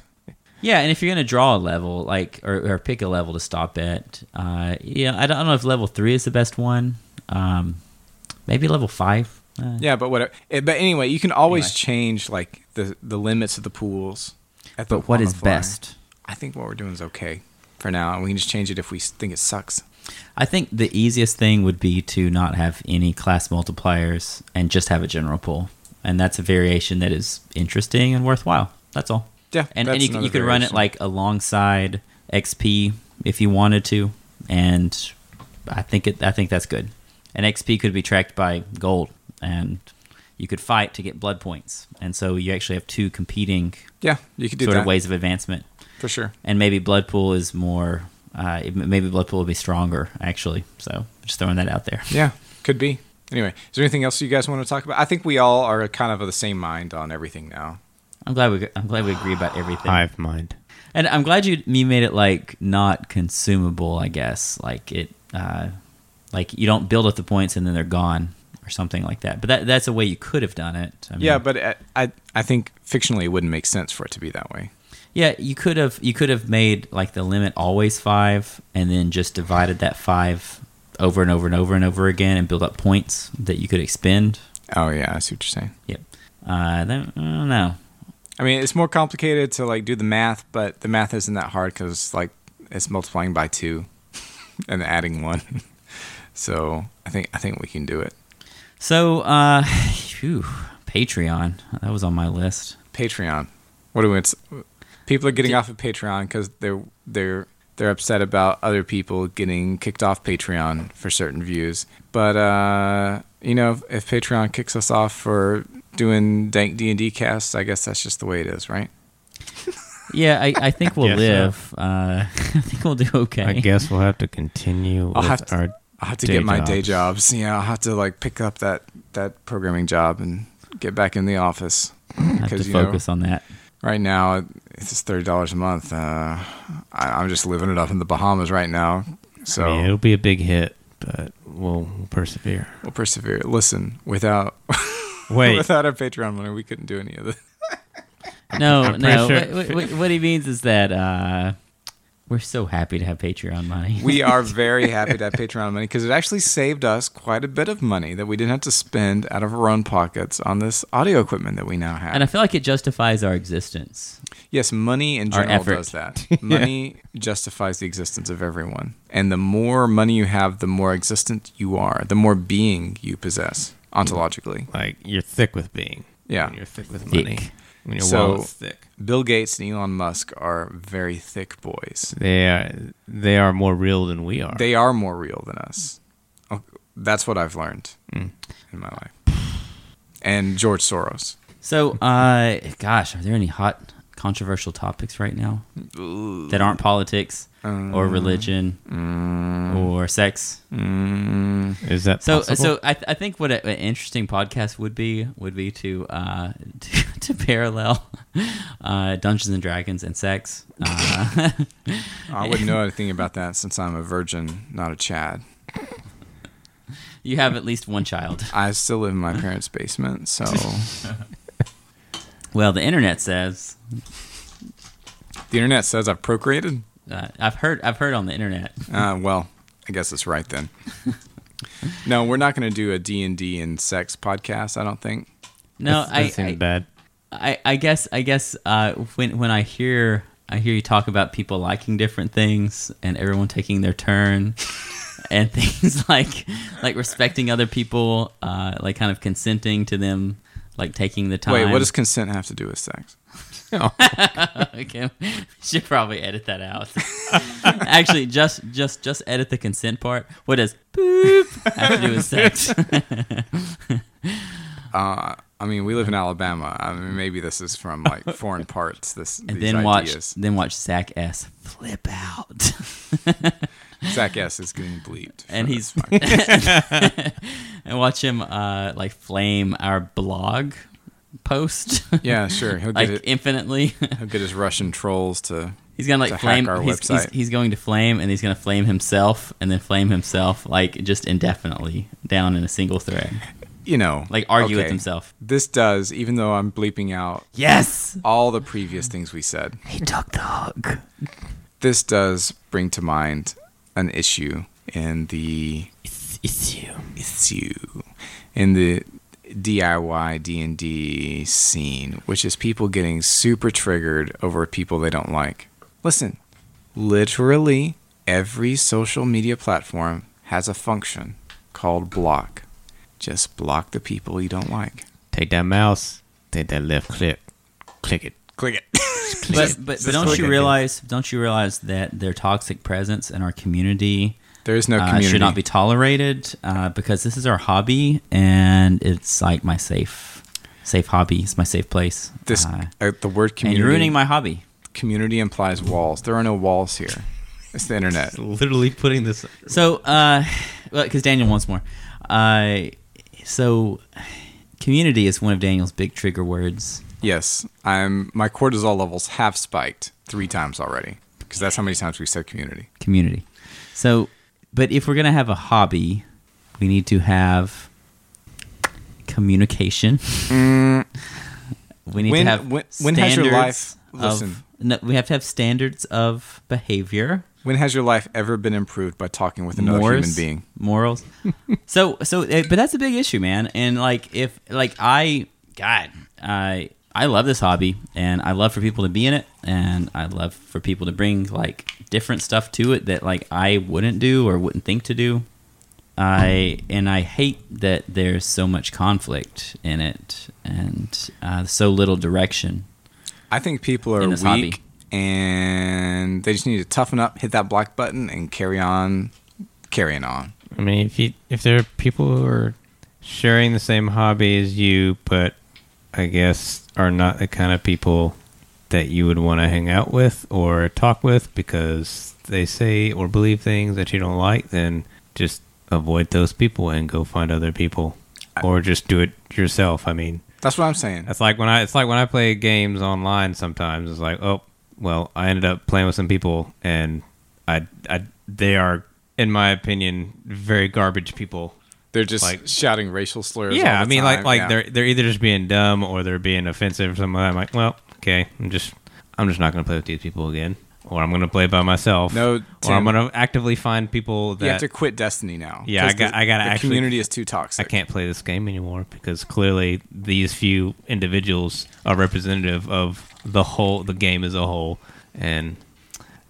S2: Yeah, and if you're gonna draw a level, like or, or pick a level to stop at, uh, yeah, I don't, I don't know if level three is the best one. Um, maybe level five. Uh,
S1: yeah, but whatever. eh, But anyway, you can always
S2: Anyway.
S1: change like the the limits of the pools. At the,
S2: but what
S1: on the
S2: is
S1: fly.
S2: best?
S1: I think what we're doing is okay for now, and we can just change it if we s- think it sucks.
S2: I think the easiest thing would be to not have any class multipliers and just have a general pool, and that's a variation that is interesting and worthwhile. That's all.
S1: Yeah,
S2: and,
S1: that's
S2: and you, c-
S1: another
S2: you could run it
S1: variation.
S2: like alongside XP if you wanted to, and I think it I think that's good. And XP could be tracked by gold, and you could fight to get blood points, and so you actually have two competing
S1: yeah, you could do
S2: sort
S1: that
S2: of ways of advancement.
S1: for sure.
S2: And maybe blood pool is more. Uh, it- maybe blood pool will be stronger actually. So just throwing that out there.
S1: Yeah, could be. Anyway, is there anything else you guys want to talk about? I think we all are kind of of the same mind on everything now.
S2: I'm glad we I'm glad we agree about everything.
S3: Hive mind.
S2: And I'm glad you you made it like not consumable. I guess like it, uh, like you don't build up the points and then they're gone or something like that. But that that's a way you could have done it. I mean,
S1: Yeah, but I, I I think fictionally it wouldn't make sense for it to be that way.
S2: yeah, you could have you could have made like the limit always five and then just divided that five over and over and over and over again and build up points that you could expend.
S1: Oh yeah, I see what you're saying.
S2: Yep. Uh, then I don't know.
S1: I mean, it's more complicated to like do the math, but the math isn't that hard because like it's multiplying by two [laughs] and adding one. [laughs] so I think I think we can do it.
S2: So, uh, [laughs] phew, Patreon that was on my list.
S1: Patreon. What do we? It's, people are getting off of Patreon because they're they're they're upset about other people getting kicked off Patreon for certain views. But uh, you know, if, if Patreon kicks us off for doing dank D and D casts, I guess that's just the way it is, right?
S2: Yeah, I, I think we'll
S3: [laughs] guess so.
S2: live. Uh, [laughs] I think we'll do okay.
S3: I guess we'll have to continue
S1: I'll
S3: with
S1: have to-
S3: our
S1: I will have to
S3: day
S1: get my day
S3: jobs.
S1: jobs. Yeah, I will have to like pick up that that programming job and get back in the office.
S2: I have to
S1: you know,
S2: focus on that.
S1: right now it's thirty dollars a month. Uh, I, I'm just living it up in the Bahamas right now. So
S3: I mean, it'll be a big hit, but we'll persevere.
S1: we'll persevere. Listen, without [laughs]
S3: Wait,
S1: without our Patreon money, we couldn't do any of this.
S2: No,
S3: I'm pretty
S2: no.
S3: sure-
S2: What, what- what he means is that uh, we're so happy to have Patreon money.
S1: We are very happy to have Patreon money because it actually saved us quite a bit of money that we didn't have to spend out of our own pockets on this audio equipment that we now have.
S2: [laughs] and I feel like it justifies our existence.
S1: Yes, money in
S2: Our
S1: general
S2: effort.
S1: does
S2: [laughs]
S1: that. Money justifies the existence of everyone. And the more money you have, the more existent you are, the more being you possess ontologically.
S3: like you're thick with being.
S1: Yeah.
S3: you're thick with
S2: Thick.
S3: money. When your
S1: So-
S3: wallet's thick,
S1: Bill Gates and Elon Musk are very thick boys.
S3: they are they are more real than we are.
S1: They are more real than us. Oh, That's what I've learned
S2: Mm.
S1: in my life. And George Soros.
S2: So, uh, gosh, are there any hot controversial topics right now that aren't politics
S3: Uh,
S2: or religion
S3: mm.
S2: or sex.
S3: Is that
S2: So, uh,
S3: possible?
S2: so I, th- I think what a, an interesting podcast would be would be to uh, [laughs] to, to parallel uh, Dungeons and Dragons and sex. Uh, [laughs]
S1: I wouldn't know anything about that since I'm a virgin, not a Chad.
S2: you have at least one child.
S1: I still live in
S2: [laughs]
S1: my parents' basement, so
S2: Well, the internet says
S1: the internet says I've procreated.
S2: uh, I've heard I've heard on the internet.
S1: Uh, well, I guess it's right
S2: [laughs]
S1: then. No, we're not going to do a D&D and sex podcast, I don't think.
S2: No,
S3: that,
S2: I,
S3: seems
S2: I,
S3: bad.
S2: I I guess I guess uh, when when I hear I hear you talk about people liking different things and everyone taking their
S1: [laughs]
S2: turn and things like like respecting other people, uh, like kind of consenting to them, like taking the time.
S1: Wait, what does consent have to do with sex?
S2: [laughs] okay, should probably edit that
S1: [laughs]
S2: out. Actually, just just just edit the consent part. What does boop have to do with
S1: [laughs]
S2: sex?
S1: Uh, I mean, we live in Alabama. I mean, maybe this is from
S2: [laughs]
S1: like foreign parts. This
S2: and
S1: these
S2: then watch
S1: ideas.
S2: then watch Zach S flip out.
S1: Zach S is getting bleeped,
S2: and
S1: for
S2: he's
S1: this
S2: [laughs]
S1: one.
S2: and watch him uh like flame our blog post [laughs]
S1: yeah, sure. He'll get
S2: like
S1: it.
S2: infinitely [laughs]
S1: He'll get his Russian trolls to.
S2: he's gonna
S1: To
S2: like
S1: hack
S2: flame
S1: our
S2: he's, he's,
S1: website.
S2: he's going to flame and he's gonna flame himself and then flame himself like just indefinitely down in a single thread
S1: You know,
S2: like argue with
S1: okay,
S2: himself
S1: This does, even though I'm bleeping out
S2: yes
S1: all the previous things we said.
S2: he took the hook
S1: This does bring to mind an issue in the
S2: it's you
S1: issue in the DIY D&D scene, which is people getting super triggered over people they don't like. Listen, literally every social media platform has a function called block. Just block the people you don't like.
S3: Take that mouse. Take that left click. Click it.
S1: Click it.
S2: but but, but don't
S1: click
S2: you
S1: it.
S2: realize don't you realize that their toxic presence in our community
S1: There is no
S2: uh,
S1: community.
S2: should not be tolerated uh, because this is our hobby and it's like my safe safe hobby it's my safe place
S1: this
S2: uh,
S1: uh, the word
S2: and
S1: community
S2: you're ruining my hobby
S1: community implies walls. There are no walls here. It's the internet.
S3: Literally putting this.
S2: so uh because daniel wants more uh so community is one of daniel's big trigger words
S1: Yes, I'm. My cortisol levels have spiked three times already because that's how many times we said community.
S2: community so but if we're gonna have a hobby we need to have communication [laughs] we need
S1: Mm. When-
S2: to have
S1: when- when has your
S2: standards
S1: life- listen.
S2: of, no, we have to have standards of behavior
S1: When has your life ever been improved by talking with another human
S2: Morals-
S1: being?
S2: morals so so eh, but that's a big issue man and like if like i god i i love this hobby and i love for people to be in it and i love for people to bring like different stuff to it that like i wouldn't do or wouldn't think to do i and i hate that there's so much conflict in it and uh, so little direction
S1: I think people are
S2: In
S1: weak
S2: this hobby.
S1: and they just need to toughen up, hit that black button, and carry on, carrying on.
S3: I mean, if you if there are people who are sharing the same hobby as you, but I guess are not the kind of people that you would want to hang out with or talk with because they say or believe things that you don't like, then just avoid those people and go find other people, or just do it yourself. I mean,
S1: That's what I'm saying.
S3: That's like when I. It's like when I play games online. Sometimes it's like, oh, well, I ended up playing with some people, and I, I, they are, in my opinion, very garbage people.
S1: They're just
S3: Like-
S1: shouting racial slurs. all
S3: yeah,
S1: the
S3: I mean, like,
S1: time.
S3: like
S1: Yeah.
S3: they're they're either just being dumb or they're being offensive or something. I'm like, well, okay, I'm just, I'm just not gonna play with these people again, or I'm gonna play by myself.
S1: No,
S3: or
S1: Tim.
S3: I'm gonna actively find people that
S1: You have to quit Destiny now.
S3: Yeah, I
S1: 'cause
S3: got-
S1: the-
S3: I gotta
S1: the
S3: actually-
S1: community is too
S3: I
S1: toxic.
S3: can't play this game anymore because clearly these few individuals are representative of the whole, the game as a whole. And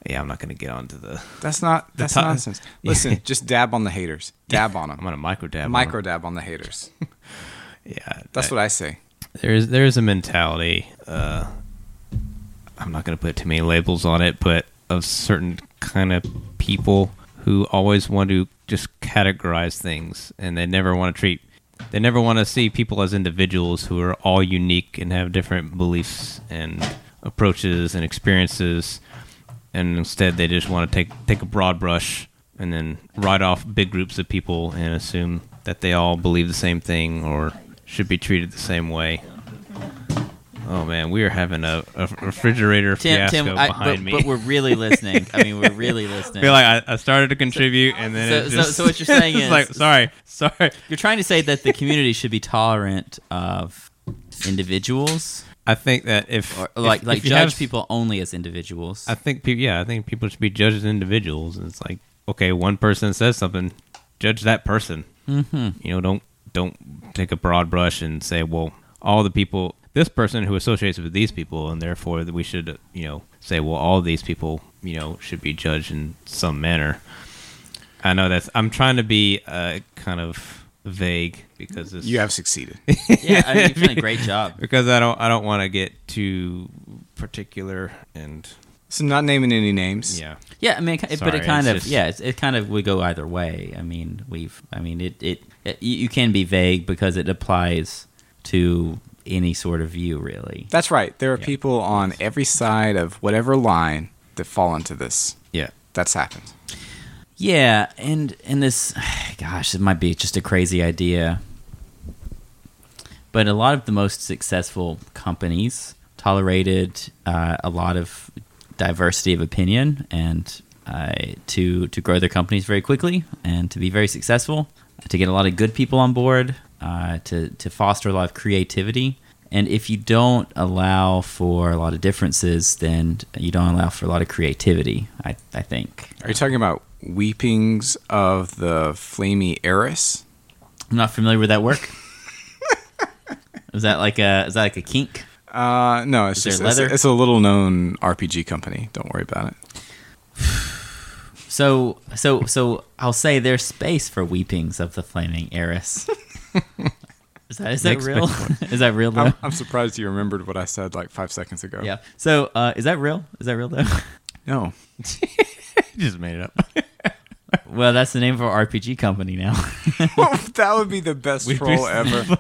S3: yeah, I'm not going to get onto the.
S1: That's not. That's
S3: to-
S1: nonsense.
S3: [laughs]
S1: Listen, just dab on the haters. Dab on
S3: I'm
S1: them.
S3: going to micro dab. on
S1: Micro
S3: it.
S1: dab on the haters.
S3: Yeah,
S1: That's
S3: I-
S1: what I say.
S3: there is. There is a mentality. Uh, I'm not going to put too many labels on it, but of certain kind of people who always want to just categorize things, and they never want to treat. They never want to see people as individuals who are all unique and have different beliefs and approaches and experiences, and instead they just want to take take a broad brush and then write off big groups of people and assume that they all believe the same thing or should be treated the same way. Oh man, we are having a, a refrigerator
S2: Tim,
S3: fiasco
S2: Tim, I,
S3: behind
S2: but,
S3: me.
S2: but
S3: [laughs]
S2: we're really listening. I mean, we're really
S3: I
S2: listening.
S3: feel like I, I started to contribute and then
S2: so-
S3: it
S2: so-
S3: just,
S2: so what you're saying
S3: [laughs] it's
S2: is-
S3: like sorry, sorry.
S2: You're trying to say that the community should be tolerant of individuals,
S3: I think that if
S2: or
S3: if-
S2: like
S3: if
S2: like
S3: you
S2: judge
S3: have-
S2: people only as individuals.
S3: I think people, yeah, I think people should be judged as individuals. And it's like, okay, one person says something, judge that person. Mm-hmm. You know, don't don't take a broad brush and say, well, all the people, this person who associates with these people, and therefore that we should, you know, say, well, all these people, you know, should be judged in some manner. I know that's. I'm trying to be uh, kind of vague because this,
S1: You have
S3: [laughs]
S1: succeeded.
S2: yeah, I mean, you've done a great job.
S3: because I don't I don't want to get too particular and
S1: so not naming any names.
S3: yeah.
S2: Yeah, I mean, it, ki- but
S3: Sorry,
S2: it kind
S3: it's
S2: of
S3: just-
S2: yeah, it, it kind of would go either way. I mean, we've I mean it it, it you you can be vague because it applies to any sort of view, really.
S1: That's right. There are people on every side of whatever line that fall into this.
S3: Yeah.
S1: That's happened.
S2: Yeah, and and this, [sighs] gosh, it might be just a crazy idea, but a lot of the most successful companies tolerated uh, a lot of diversity of opinion and uh, to to grow their companies very quickly and to be very successful, to get a lot of good people on board, uh, to to foster a lot of creativity. And if you don't allow for a lot of differences, then you don't allow for a lot of creativity. I, I think.
S1: Are you talking about weepings of the flamey heiress?
S2: I'm not familiar with that work. is that like a is that like a kink?
S1: Uh, no, it's
S2: Is there
S1: just it's,
S2: leather?
S1: it's a little known RPG company. Don't worry
S3: [laughs]
S1: about it.
S2: So so so I'll say there's space for weepings of the flaming heiress. is that is that
S3: Next
S2: real? [laughs] is that real though?
S1: I'm, I'm surprised you remembered what I said like five seconds ago.
S2: yeah. So uh, is that real? Is that real though? [laughs]
S3: [laughs]
S1: No. [laughs]
S3: just made it up.
S2: well, that's the name of our RPG company now.
S1: that would be the best
S3: We'd be [laughs]
S1: troll ever.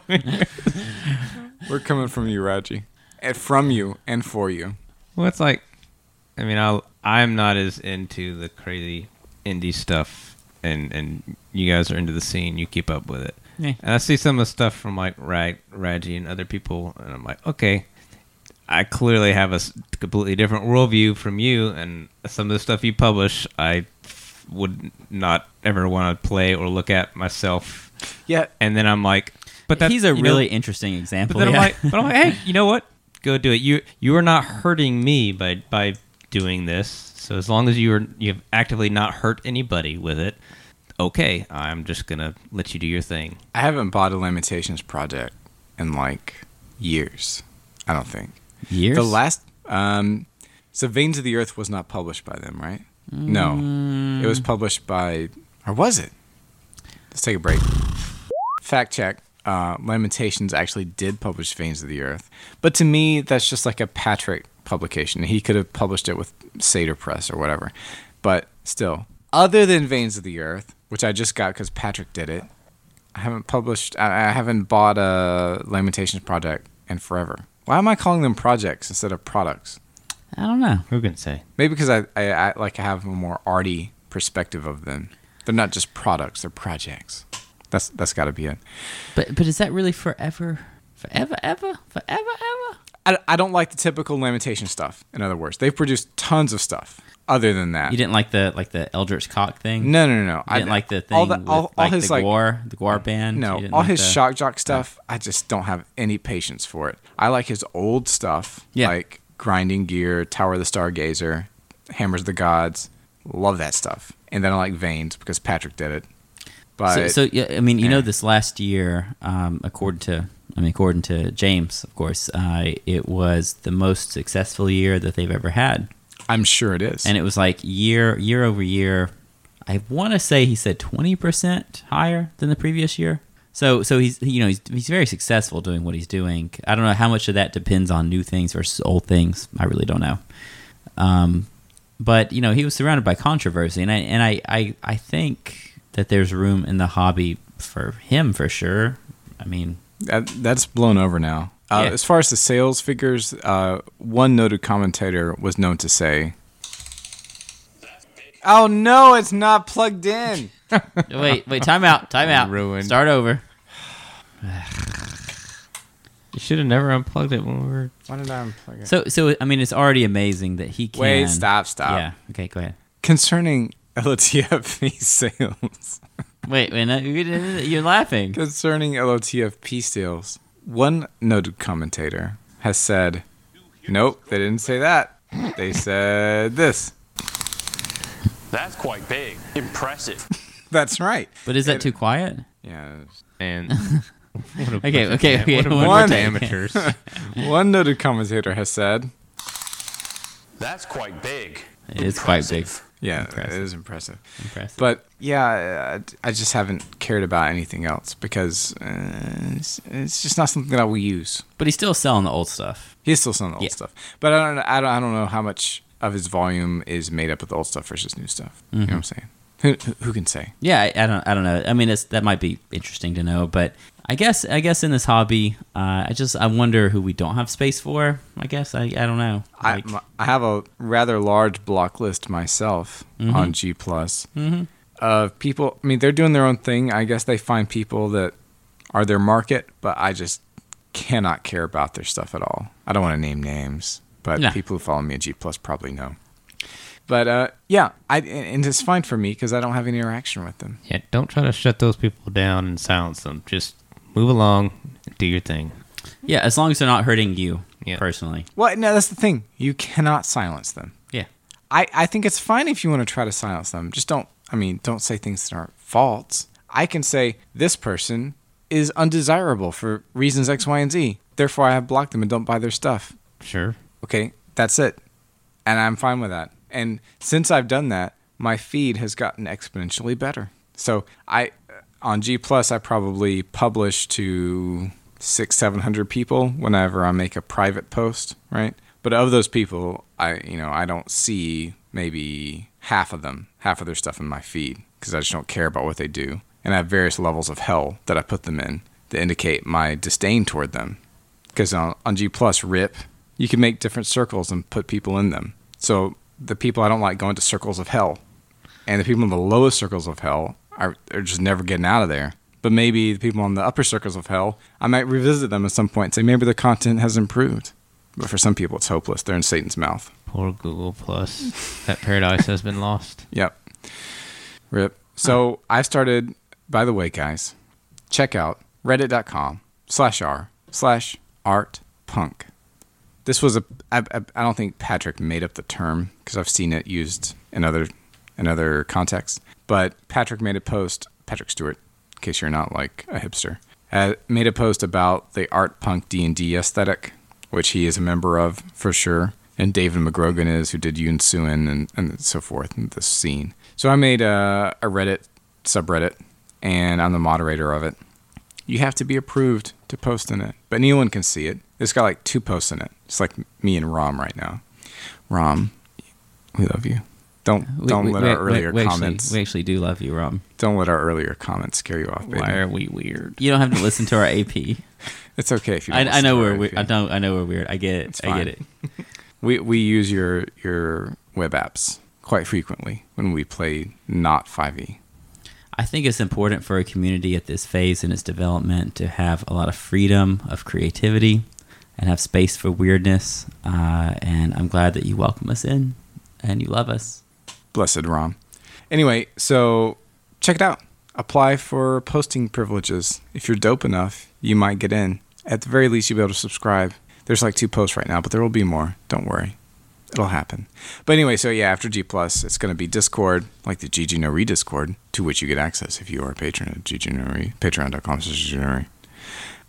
S1: We're coming from you, Raji. And from you and for you.
S3: Well, it's like, I mean, I I'm not as into the crazy indie stuff, and and you guys are into the scene. You keep up with it,
S2: [laughs] Yeah.
S3: and I see some of the stuff from like Rag Raji and other people, and I'm like, okay, I clearly have a s- completely different worldview from you, and some of the stuff you publish, I would not ever want to play or look at myself.
S1: Yeah.
S3: And then I'm like, but that's,
S2: He's a
S3: you know,
S2: really interesting example.
S3: but then
S2: yeah.
S3: I'm like, but I'm like, hey, you know what? Go do it. You you are not hurting me by by doing this. So as long as you are you've actively not hurt anybody with it, okay, I'm just gonna let you do your thing.
S1: I haven't bought a Lamentations project in like years. I don't think.
S2: [laughs] years.
S1: The last um so Veins of the Earth was not published by them, right? No. It was published by or was it? Let's take a break. Fact check. Uh, Lamentations actually did publish Veins of the Earth. But to me, that's just like a Patrick publication. He could have published it with Seder Press or whatever. But still, other than Veins of the Earth, which I just got because Patrick did it, I haven't published, I, I haven't bought a Lamentations project in forever. Why am I calling them projects instead of products?
S2: I don't know.
S3: Who can say?
S1: Maybe because I, I, I like have a more arty perspective of them. They're not just products; they're projects. That's that's got to be it.
S2: But but is that really forever? Forever, ever, forever, ever.
S1: I, I don't like the typical lamentation stuff. In other words, they've produced tons of stuff other than that.
S2: You didn't like the like the Eldritch cock thing?
S1: no, no, no, no.
S2: You didn't like the thing
S1: All, the,
S2: with,
S1: all, all
S2: like,
S1: his
S2: the
S1: like
S2: Gwar, the Gwar band. You
S1: no,
S2: didn't
S1: all
S2: like
S1: his
S2: the-
S1: shock jock stuff. I just don't have any patience for it. I like his old stuff,
S2: Yeah.
S1: like grinding gear, Tower of the Stargazer, Hammers of the Gods. Love that stuff. And then I like Veins because Patrick did it. But
S2: So, so yeah, I mean, you
S1: Yeah.
S2: know, this last year, um, according to I mean, according to James, of course, uh, it was the most successful year that they've ever had,
S1: I'm sure it is.
S2: and it was like year year over year. I want to say he said twenty percent higher than the previous year. So, so he's you know he's he's very successful doing what he's doing. I don't know how much of that depends on new things versus old things. I really don't know. Um, but you know, he was surrounded by controversy, and I and I, I I think that there's room in the hobby for him for sure. I mean,
S1: that, that's blown over now. Uh,
S3: Yeah.
S1: As far as the sales figures, uh, one noted commentator was known to say, "Oh no, it's not plugged in."
S2: [laughs] Wait, wait, time out, time out.
S1: Ruined.
S2: Start over.
S3: You should have never unplugged it when we were.
S1: Why did I unplug it?
S2: So, so I mean, it's already amazing that he can.
S1: Wait, stop, stop.
S2: Yeah. Okay, go ahead.
S1: Concerning [laughs] LOTFP sales,
S2: Wait, wait, no, you- you're laughing.
S1: concerning LOTFP sales, one noted commentator has said, "Nope, they didn't say that. They said this."
S4: That's quite big. Impressive.
S1: That's right.
S2: But is that too quiet?
S1: Yeah.
S3: [laughs] And
S2: Okay, okay, okay.
S3: What
S2: one
S3: a bunch
S2: more
S3: of
S2: take.
S3: amateurs.
S1: One noted commentator has said,
S4: That's quite big.
S2: [laughs] It is quite big.
S1: "Yeah, it
S2: Impressive.
S1: is impressive."
S2: Impressive.
S1: But yeah, I, I just haven't cared about anything else because uh, it's, it's just not something that I will use.
S2: But he's still selling the old stuff.
S1: He's still selling the old
S2: Yeah.
S1: stuff, but I don't, I don't, I don't know how much of his volume is made up of the old stuff versus new stuff. You know what I'm saying? Who, who can say?
S2: Yeah, I, I don't, I don't know. I mean, it's, that might be interesting to know, but I guess, I guess in this hobby, uh, I just, I wonder who we don't have space for. I guess I, I don't know.
S1: I,
S2: Like,
S1: my- I have a rather large block list myself on G plus of people. I mean, they're doing their own thing. I guess they find people that are their market, but I just cannot care about their stuff at all. I don't want to name names, but
S2: No.
S1: people who follow me at G plus probably know. But uh, yeah, I, and it's fine for me because I don't have any interaction with them.
S3: [laughs] yeah, don't try to shut those people down and silence them. Just move along, do your thing.
S2: yeah, as long as they're not hurting you
S3: Yeah.
S2: personally.
S1: Well, no, that's the thing. You cannot silence them.
S2: Yeah.
S1: I, I think it's fine if you want to try to silence them. Just don't, I mean, don't say things that aren't false. I can say this person is undesirable for reasons X, Y, and Z. Therefore, I have blocked them and don't buy their stuff.
S3: Sure.
S1: Okay, that's it. And I'm fine with that. And since I've done that, my feed has gotten exponentially better. So I, uh, on G plus, I probably publish to six, seven hundred people whenever I make a private post, right? But of those people, I, you know, I don't see maybe half of them, half of their stuff in my feed because I just don't care about what they do. And I have various levels of hell that I put them in to indicate my disdain toward them because on, on G plus rip, you can make different circles and put people in them. So the people I don't like go into circles of hell, and the people in the lowest circles of hell are, are just never getting out of there. But maybe the people on the upper circles of hell, I might revisit them at some point and say maybe the content has improved. But for some people, it's hopeless. They're in Satan's mouth.
S3: Poor Google Plus. That paradise has been lost.
S1: Yep. Rip. So I started, by the way, guys, check out reddit.com slash r slash art punk. This was a, I, I, I don't think Patrick made up the term because I've seen it used in other, in other contexts. But Patrick made a post, Patrick Stewart, in case you're not like a hipster, uh, made a post about the art punk D&D aesthetic, which he is a member of for sure. And David McGrogan is, who did Yun Suen and, and so forth in this scene. So I made a, a Reddit subreddit, and I'm the moderator of it. You have to be approved to post in it, but anyone can see it. It's got like two posts in it. It's like me and Rom right now. Rom, we love you. Don't
S2: Uh, We-
S1: don't
S2: we-
S1: let
S2: we-
S1: our earlier
S2: we, we
S1: comments
S2: Actually, we actually do love you, Rob.
S1: don't let our earlier comments scare you off, baby.
S3: Why [laughs] are we weird?
S2: You don't have to listen to our AP.
S1: It's okay if you. [laughs] Don't
S2: I, I know
S1: listen to
S2: we're
S1: our
S2: weird. I
S1: IP.
S2: know, I know we're weird. I get it. I
S1: fine.
S2: get it.
S1: We we use your your web apps quite frequently when we play not five e.
S2: I think it's important for a community at this phase in its development to have a lot of freedom of creativity and have space for weirdness. Uh, and I'm glad that you welcome us in and you love us.
S1: Blessed ROM. Anyway, so check it out. Apply for posting privileges. If you're dope enough, you might get in. At the very least, you'll be able to subscribe. There's like two posts right now, but there will be more. Don't worry. It'll happen. But anyway, so yeah, after G Plus, it's going to be Discord, like the GG No Re Discord, to which you get access if you are a patron at GG No Re, patreon.com slash GG No Re.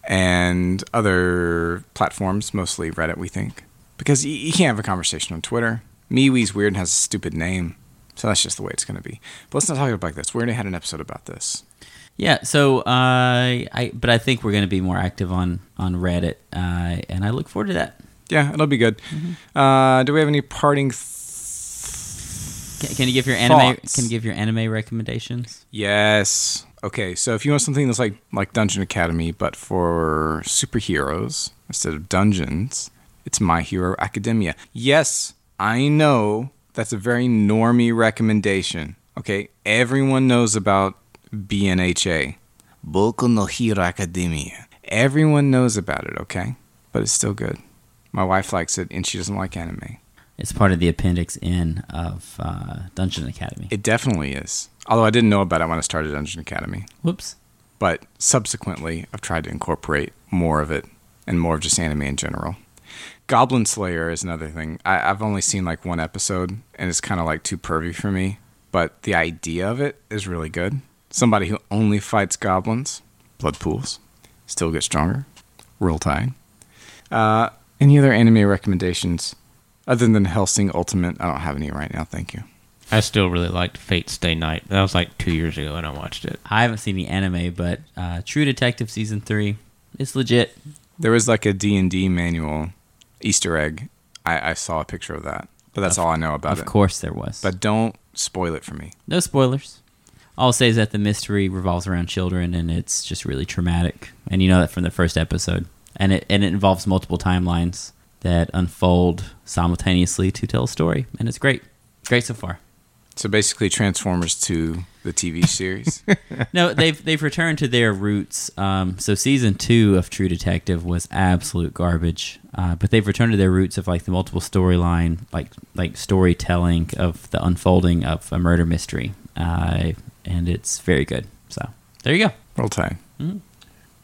S1: and other platforms, mostly Reddit, we think. Because you, you can't have a conversation on Twitter. MeWe's weird and has a stupid name. So that's just the way it's going to be. But let's not talk about it like this. We already had an episode about this.
S2: Yeah. So uh, I, but I think we're going to be more active on on Reddit, uh, and I look forward to that.
S1: Yeah, it'll be good. Uh, do we have any parting? Th-
S2: Can, can you give your anime?
S1: Thoughts.
S2: Can you give your anime recommendations?
S1: yes. Okay, so if you want something that's like like Dungeon Academy, but for superheroes instead of dungeons, it's My Hero Academia. Yes, I know that's a very normy recommendation. Okay, everyone knows about BNHA, Boku no Hero Academia. Everyone knows about it. Okay, but it's still good. My wife likes it, and she doesn't like anime.
S2: It's part of the appendix N of uh, Dungeon Academy.
S1: It definitely is. Although I didn't know about it when I started Dungeon Academy.
S2: Whoops.
S1: but subsequently I've tried to incorporate more of it and more of just anime in general. Goblin Slayer is another thing. I, I've only seen like one episode and it's kind of like too pervy for me, but the idea of it is really good. Somebody who only fights goblins, blood pools, still get stronger. Roll Tide. Uh, any other anime recommendations other than Helsing Ultimate? I don't have any right now. Thank you.
S3: I still really liked Fate's Day Night. That was like two years ago, and I watched it.
S2: I haven't seen the anime, but uh, True Detective season three, it's legit.
S1: There was like a D&D manual Easter egg. I, I saw a picture of that, but that's all I know about
S2: of
S1: it.
S2: course, there was.
S1: But don't spoil it for me.
S2: No spoilers. All I'll say is that the mystery revolves around children, and it's just really traumatic. And you know that from the first episode. And it and it involves multiple timelines that unfold simultaneously to tell a story, and it's great. Great so far.
S1: So basically, Transformers to the
S3: [laughs]
S1: TV series.
S2: no, they've they've returned to their roots. Um, so season two of True Detective was absolute garbage, uh, but they've returned to their roots of like the multiple storyline, like like storytelling of the unfolding of a murder mystery, uh, and it's very good. So there you go,
S1: Roll Tide.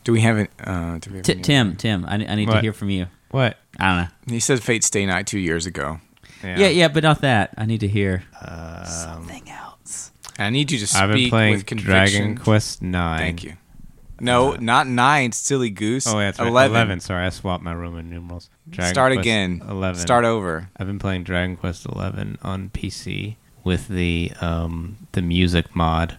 S1: Do we have it? Uh, do we have
S2: T-
S1: any-
S2: Tim. Tim, I, ne- I need to
S3: What?
S2: hear from you.
S3: What?
S2: I don't know.
S1: He said Fate's Day Night two years ago.
S2: Yeah, yeah, but not that. I need to hear something else.
S1: I need you to speak
S3: I've been playing
S1: with conviction.
S3: Dragon Quest Nine. Uh,
S1: Thank you. No, not nine, silly goose.
S3: Oh, yeah, that's right. 11. Sorry, I swapped my Roman numerals. Dragon
S1: Start
S3: Quest
S1: again.
S3: 11.
S1: Start over.
S3: I've been playing Dragon Quest Eleven on PC with the um, the music mod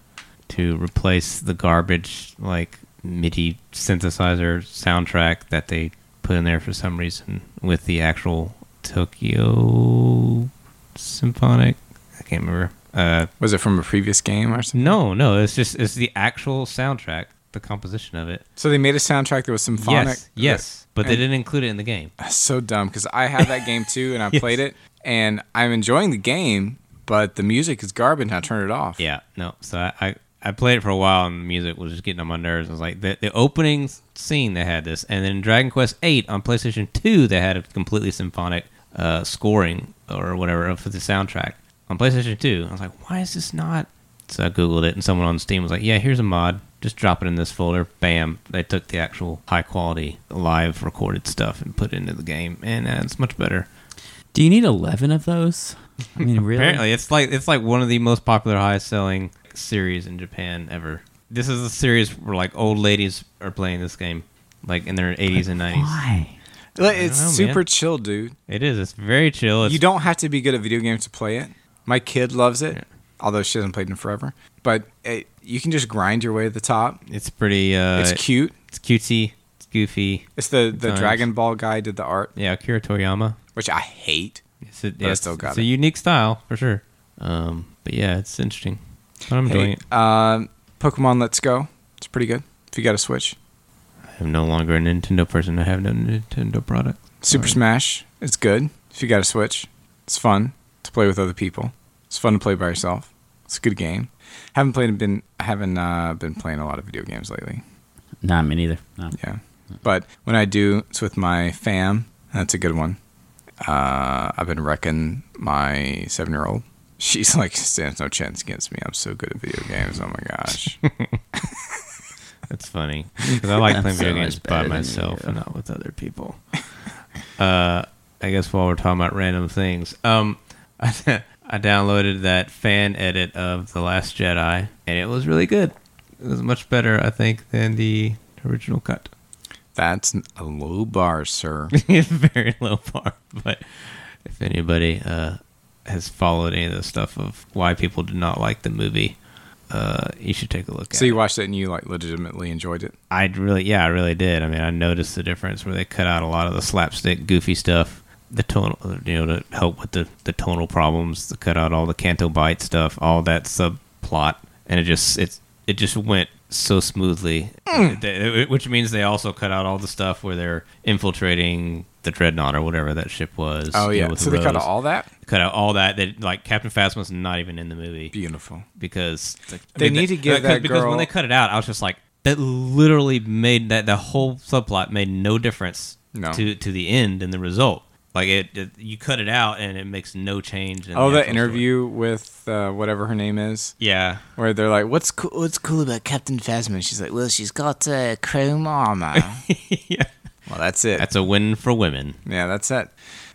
S3: to replace the garbage like MIDI synthesizer soundtrack that they put in there for some reason with the actual Tokyo Symphonic. I can't remember. Uh,
S1: Was it from a previous game or something?
S3: no, no, it's just it's the actual soundtrack, the composition of it.
S1: So they made a soundtrack that was symphonic.
S3: Yes, yes, but they
S1: And-
S3: didn't include it in the game.
S1: so dumb because I have that game too,
S3: [laughs]
S1: and I
S3: Yes.
S1: played it, and I'm enjoying the game, but the music is garbage. and I turn it off.
S3: Yeah, no. So I, I, I played it for a while, and the music was just getting on my nerves. I was like, the, the opening scene they had this, and then Dragon Quest Eight on PlayStation Two they had a completely symphonic uh, scoring or whatever for the soundtrack on PlayStation Two. I was like, why is this not? So I googled it, and someone on Steam was like, yeah, here's a mod. Just drop it in this folder. Bam! They took the actual high quality live recorded stuff and put it into the game, and uh, it's much better.
S2: Do you need eleven of those? I mean, really?
S3: Apparently, it's like it's like one of the most popular, highest-selling series in Japan ever. This is a series where like old ladies are playing this game, like in their 80s and 90s.
S2: Why?
S1: Like, it's
S3: know,
S1: super
S3: man.
S1: chill, dude.
S3: It is. It's very chill. It's,
S1: you don't have to be good at video games to play it. My kid loves it, although she hasn't played in forever. But it, you can just grind your way to the top.
S3: It's pretty. Uh,
S1: It's cute.
S3: It's cutesy. It's goofy.
S1: It's the the
S3: Sometimes.
S1: Dragon Ball guy did the art,
S3: Yeah, Akira Toriyama.
S1: which I hate.
S3: It's a,
S1: Oh, I
S3: yeah, it's,
S1: still got
S3: it's a
S1: it.
S3: unique style for sure. Um, but yeah, it's interesting. But I'm doing
S1: Hey,
S3: it.
S1: um, Pokemon Let's Go. It's pretty good. If you got a Switch,
S3: I'm no longer a Nintendo person. I have no Nintendo product.
S1: Super Smash is good. If you got a Switch, it's fun to play with other people. It's fun to play by yourself. It's a good game. Haven't played been haven't uh, been playing a lot of video games lately.
S2: Nah, me neither. No.
S1: Yeah.
S3: Mm.
S1: But when I do, it's with my fam. That's a good one. Uh, I've been wrecking my seven year old. She's like, stands no chance against me. I'm so good at video games. Oh my
S3: [laughs]
S1: gosh.
S3: That's funny because I
S2: [laughs]
S3: like
S2: I'm
S3: playing video
S2: so much
S3: games by
S2: better than
S3: myself
S2: you.
S3: and not with other people. [laughs] uh, I guess while we're talking about random things, um, [laughs] I, downloaded that fan edit of The Last Jedi and it was really good. It was much better, I think, than the original cut. [laughs]
S1: That's a low bar, sir.
S3: Very low bar, but if anybody uh, has followed any of the stuff of why people did not like the movie, uh, you should take a look at.
S1: So
S3: it.
S1: you watched it and you like legitimately enjoyed it.
S3: I really, yeah, I really did. I mean, I noticed the difference where they cut out a lot of the slapstick, goofy stuff, the tonal, you know, to help with the the tonal problems, to cut out all the Canto Bite stuff, all that subplot, and it just it it just went so smoothly,
S1: Mm.
S3: They- which means they also cut out all the stuff where they're infiltrating the dreadnought or whatever that ship was.
S1: Oh
S3: you know,
S1: yeah,
S3: with
S1: so they cut
S3: Rose.
S1: out all that.
S3: cut out all that. That like Captain Phasma's not even in the movie
S1: Beautiful.
S3: because like,
S1: They need to give
S3: because-
S1: that
S3: because
S1: girl-
S3: when they cut it out, I was just like that. Literally made that the whole subplot made no difference
S1: No.
S3: to to the end and the result. Like it, it- you cut it out and it makes no change. In
S1: Oh,
S3: the
S1: that
S3: actual
S1: interview with uh, whatever her name is,
S3: story. Yeah, [laughs]
S1: where they're like, "What's cool? What's cool about Captain Phasma?" She's like, "Well, she's got uh, chrome
S3: [laughs]
S1: armor."
S3: yeah.
S1: well, that's it.
S3: That's a win for women.
S1: yeah, that's it.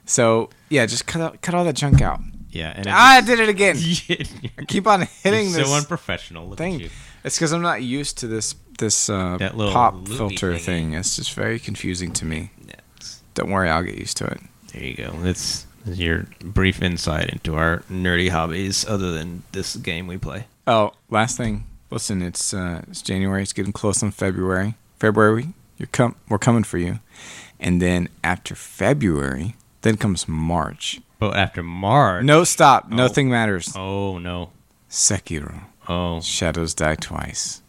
S1: So yeah, just cut out, cut all that junk out.
S3: Yeah, and it
S1: Ah, I did it again.
S3: [laughs] just-
S1: I keep on hitting
S3: You're
S1: this
S3: so unprofessional. Look At
S1: thing.
S3: you.
S1: It's because I'm not used to this this uh,
S3: That little
S1: pop
S3: loopy
S1: filter
S3: thingy.
S1: thing. It's just very confusing to me.
S3: Yeah, it's-
S1: Don't worry, I'll get used to it.
S3: There you go. That's that's your brief insight into our nerdy hobbies, other than this game we play.
S1: Oh, last thing. Listen, it's uh, it's January. It's getting close on February. February, you're com- we're coming for you. And then after February, then comes March.
S3: But Oh, after March,
S1: No, stop.
S3: Oh.
S1: Nothing matters.
S3: Oh no.
S1: Sekiro.
S3: Oh,
S1: Shadows die twice.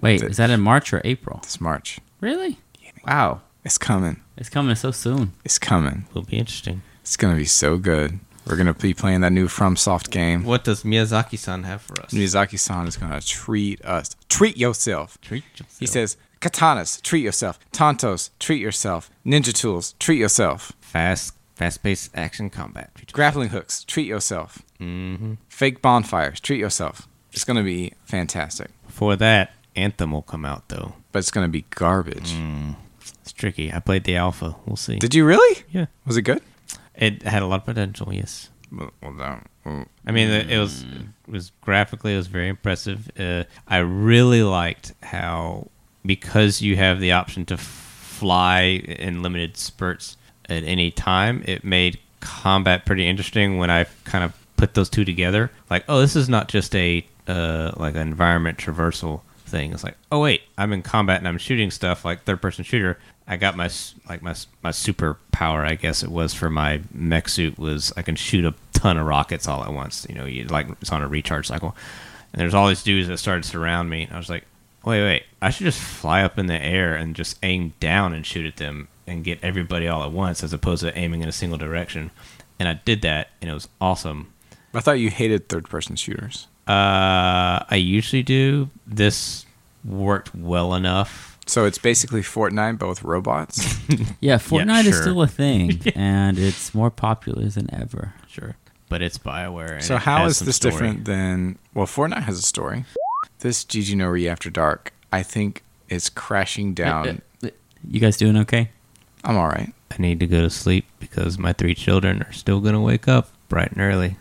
S2: Wait,
S1: Th-
S2: is that in March or April?
S1: This March.
S2: Really? Wow.
S1: It's coming.
S2: It's coming so soon.
S1: It's coming.
S3: will be interesting.
S1: It's gonna be so good. We're gonna be playing that new FromSoft game.
S3: What does Miyazaki-san have for us?
S1: Miyazaki-san is gonna treat us. Treat yourself.
S3: Treat yourself.
S1: He says, katanas, treat yourself. Tantos, treat yourself. Ninja tools, treat yourself.
S3: fast, fast-paced action combat. Treat yourself.
S1: Grappling hooks, treat yourself.
S3: Mhm.
S1: Fake bonfires, treat yourself. It's gonna be fantastic,
S3: Before that, Anthem will come out though.
S1: but it's gonna be garbage.
S3: Mm. It's tricky. I played the alpha. We'll see.
S1: Did you really?
S3: yeah,
S1: Was it good?
S3: it had a lot of potential. Yes.
S1: Well, well, no. Well,
S3: I mean, it- it was it was graphically it was very impressive. Uh, I really liked how because you have the option to f- fly in limited spurts at any time, it made combat pretty interesting. When I kind of put those two together, like, oh, this is not just a uh, like an environment traversal thing. It's like, oh wait, I'm in combat and I'm shooting stuff like third person shooter. I got my s- like my s- my superpower, I guess it was for my mech suit was I can shoot a ton of rockets all at once. You know, you like it's on a recharge cycle, and there's all these dudes that started to surround me. And I was like, wait, wait, I should just fly up in the air and just aim down and shoot at them and get everybody all at once as opposed to aiming in a single direction. And I did that, and it was awesome.
S1: I thought you hated third-person shooters.
S3: Uh, I usually do. This worked well enough.
S1: So it's basically Fortnite, but with robots.
S2: Yeah, Fortnite is
S3: sure.
S2: still
S1: [laughs]
S2: a thing, and it's more popular than ever.
S3: Sure. But it's Bioware. and
S1: so
S3: [laughs] it
S1: how
S3: has
S1: is
S3: some
S1: this
S3: story.
S1: different than? Well, Fortnite has a story. This GG No Re After Dark, I think, is crashing
S3: [laughs]
S1: down.
S2: You guys doing okay?
S1: I'm all right.
S3: I need to go to sleep because my three children are still going to wake up bright and early.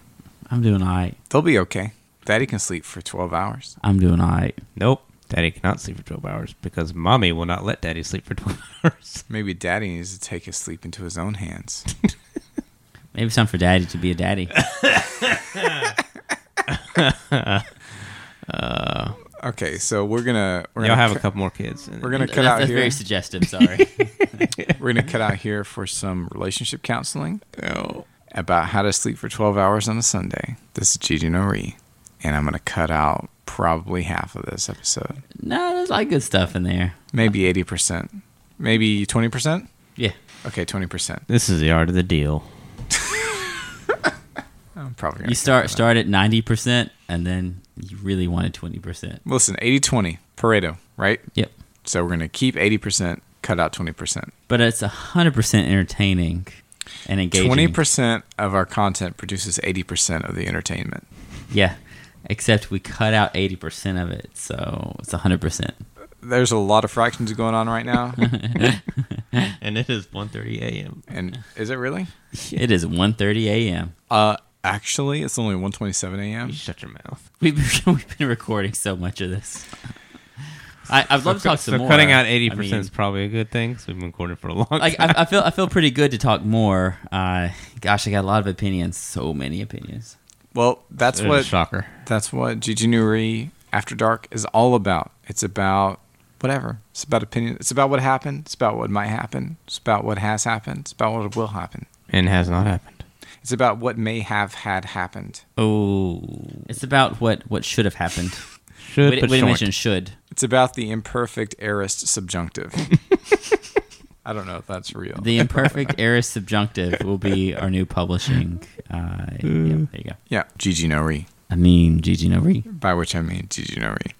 S2: I'm doing all right.
S1: They'll be okay. Daddy can sleep for 12 hours.
S2: I'm doing all right.
S3: Nope. Daddy cannot sleep for 12 hours because mommy will not let daddy sleep for [laughs] 12 hours.
S1: Maybe Daddy needs to take his sleep into his own hands.
S2: Maybe it's time for daddy to be
S1: [laughs]
S2: a daddy.
S1: Okay, so we're gonna we're
S3: Y'all
S1: gonna
S3: have a
S1: cut-
S3: couple more kids. and-
S1: We're gonna
S2: That-
S1: cut out
S2: that's
S1: here.
S2: very suggestive.
S1: [laughs]
S2: Sorry.
S1: we're gonna cut out here for some relationship counseling about how to sleep for 12 hours on a Sunday. This is Gigi Noree, and I'm gonna cut out probably half of this episode,
S2: no, there's a lot of good stuff in there.
S1: maybe 80 percent, maybe 20 percent.
S2: Yeah.
S1: Okay, 20 percent.
S3: This is the art of the deal.
S1: I'm probably gonna
S2: You
S1: cut
S2: start
S1: that out.
S2: start at ninety percent, and then you really wanted twenty percent.
S1: Listen, 80-20 Pareto, right?
S2: Yep.
S1: So we're gonna keep 80 percent, cut out 20 percent.
S2: But it's hundred percent entertaining and engaging.
S1: 20% of our content produces 80% of the entertainment.
S2: Yeah. Except we cut out eighty percent of it, so it's hundred percent.
S1: There's a lot of fractions going on right
S2: [laughs]
S1: now.
S3: And it is 1.30 a.m.
S1: and is it really?
S2: It is 1.30 a.m.
S1: Uh actually, it's only 1:27 a.m.
S3: You shut your mouth.
S2: We've been, [laughs] we've been recording so much of this. I, I'd love to talk some
S3: so
S2: more.
S3: cutting out
S2: I
S3: 80% is
S2: mean,
S3: probably a good thing because we've been recording for a long
S2: [laughs]
S3: time.
S2: like, I, I feel I feel pretty good to talk more. Uh, gosh, I got a lot of opinions. So many opinions.
S1: Well, that's
S3: There's a
S1: what
S3: shocker.
S1: that's what Gigi Nuri After Dark is all about. It's about whatever. It's about opinion. It's about what happened. It's about what might happen. It's about what has happened. It's about what will happen.
S3: And has not happened.
S1: It's about what may have had happened.
S3: Oh.
S2: It's about what what should have happened.
S3: Should
S2: we,
S3: but
S2: we didn't
S3: short.
S2: mention should.
S1: It's about the imperfect aorist
S2: [laughs]
S1: subjunctive. I don't know if that's real.
S3: Oh.
S2: The
S3: [laughs]
S2: imperfect aorist subjunctive will be our new publishing. Uh, yep, there you go.
S1: yeah, Gigi Nori,
S2: I mean, Gigi Nori.
S1: by which I mean Gigi Nori.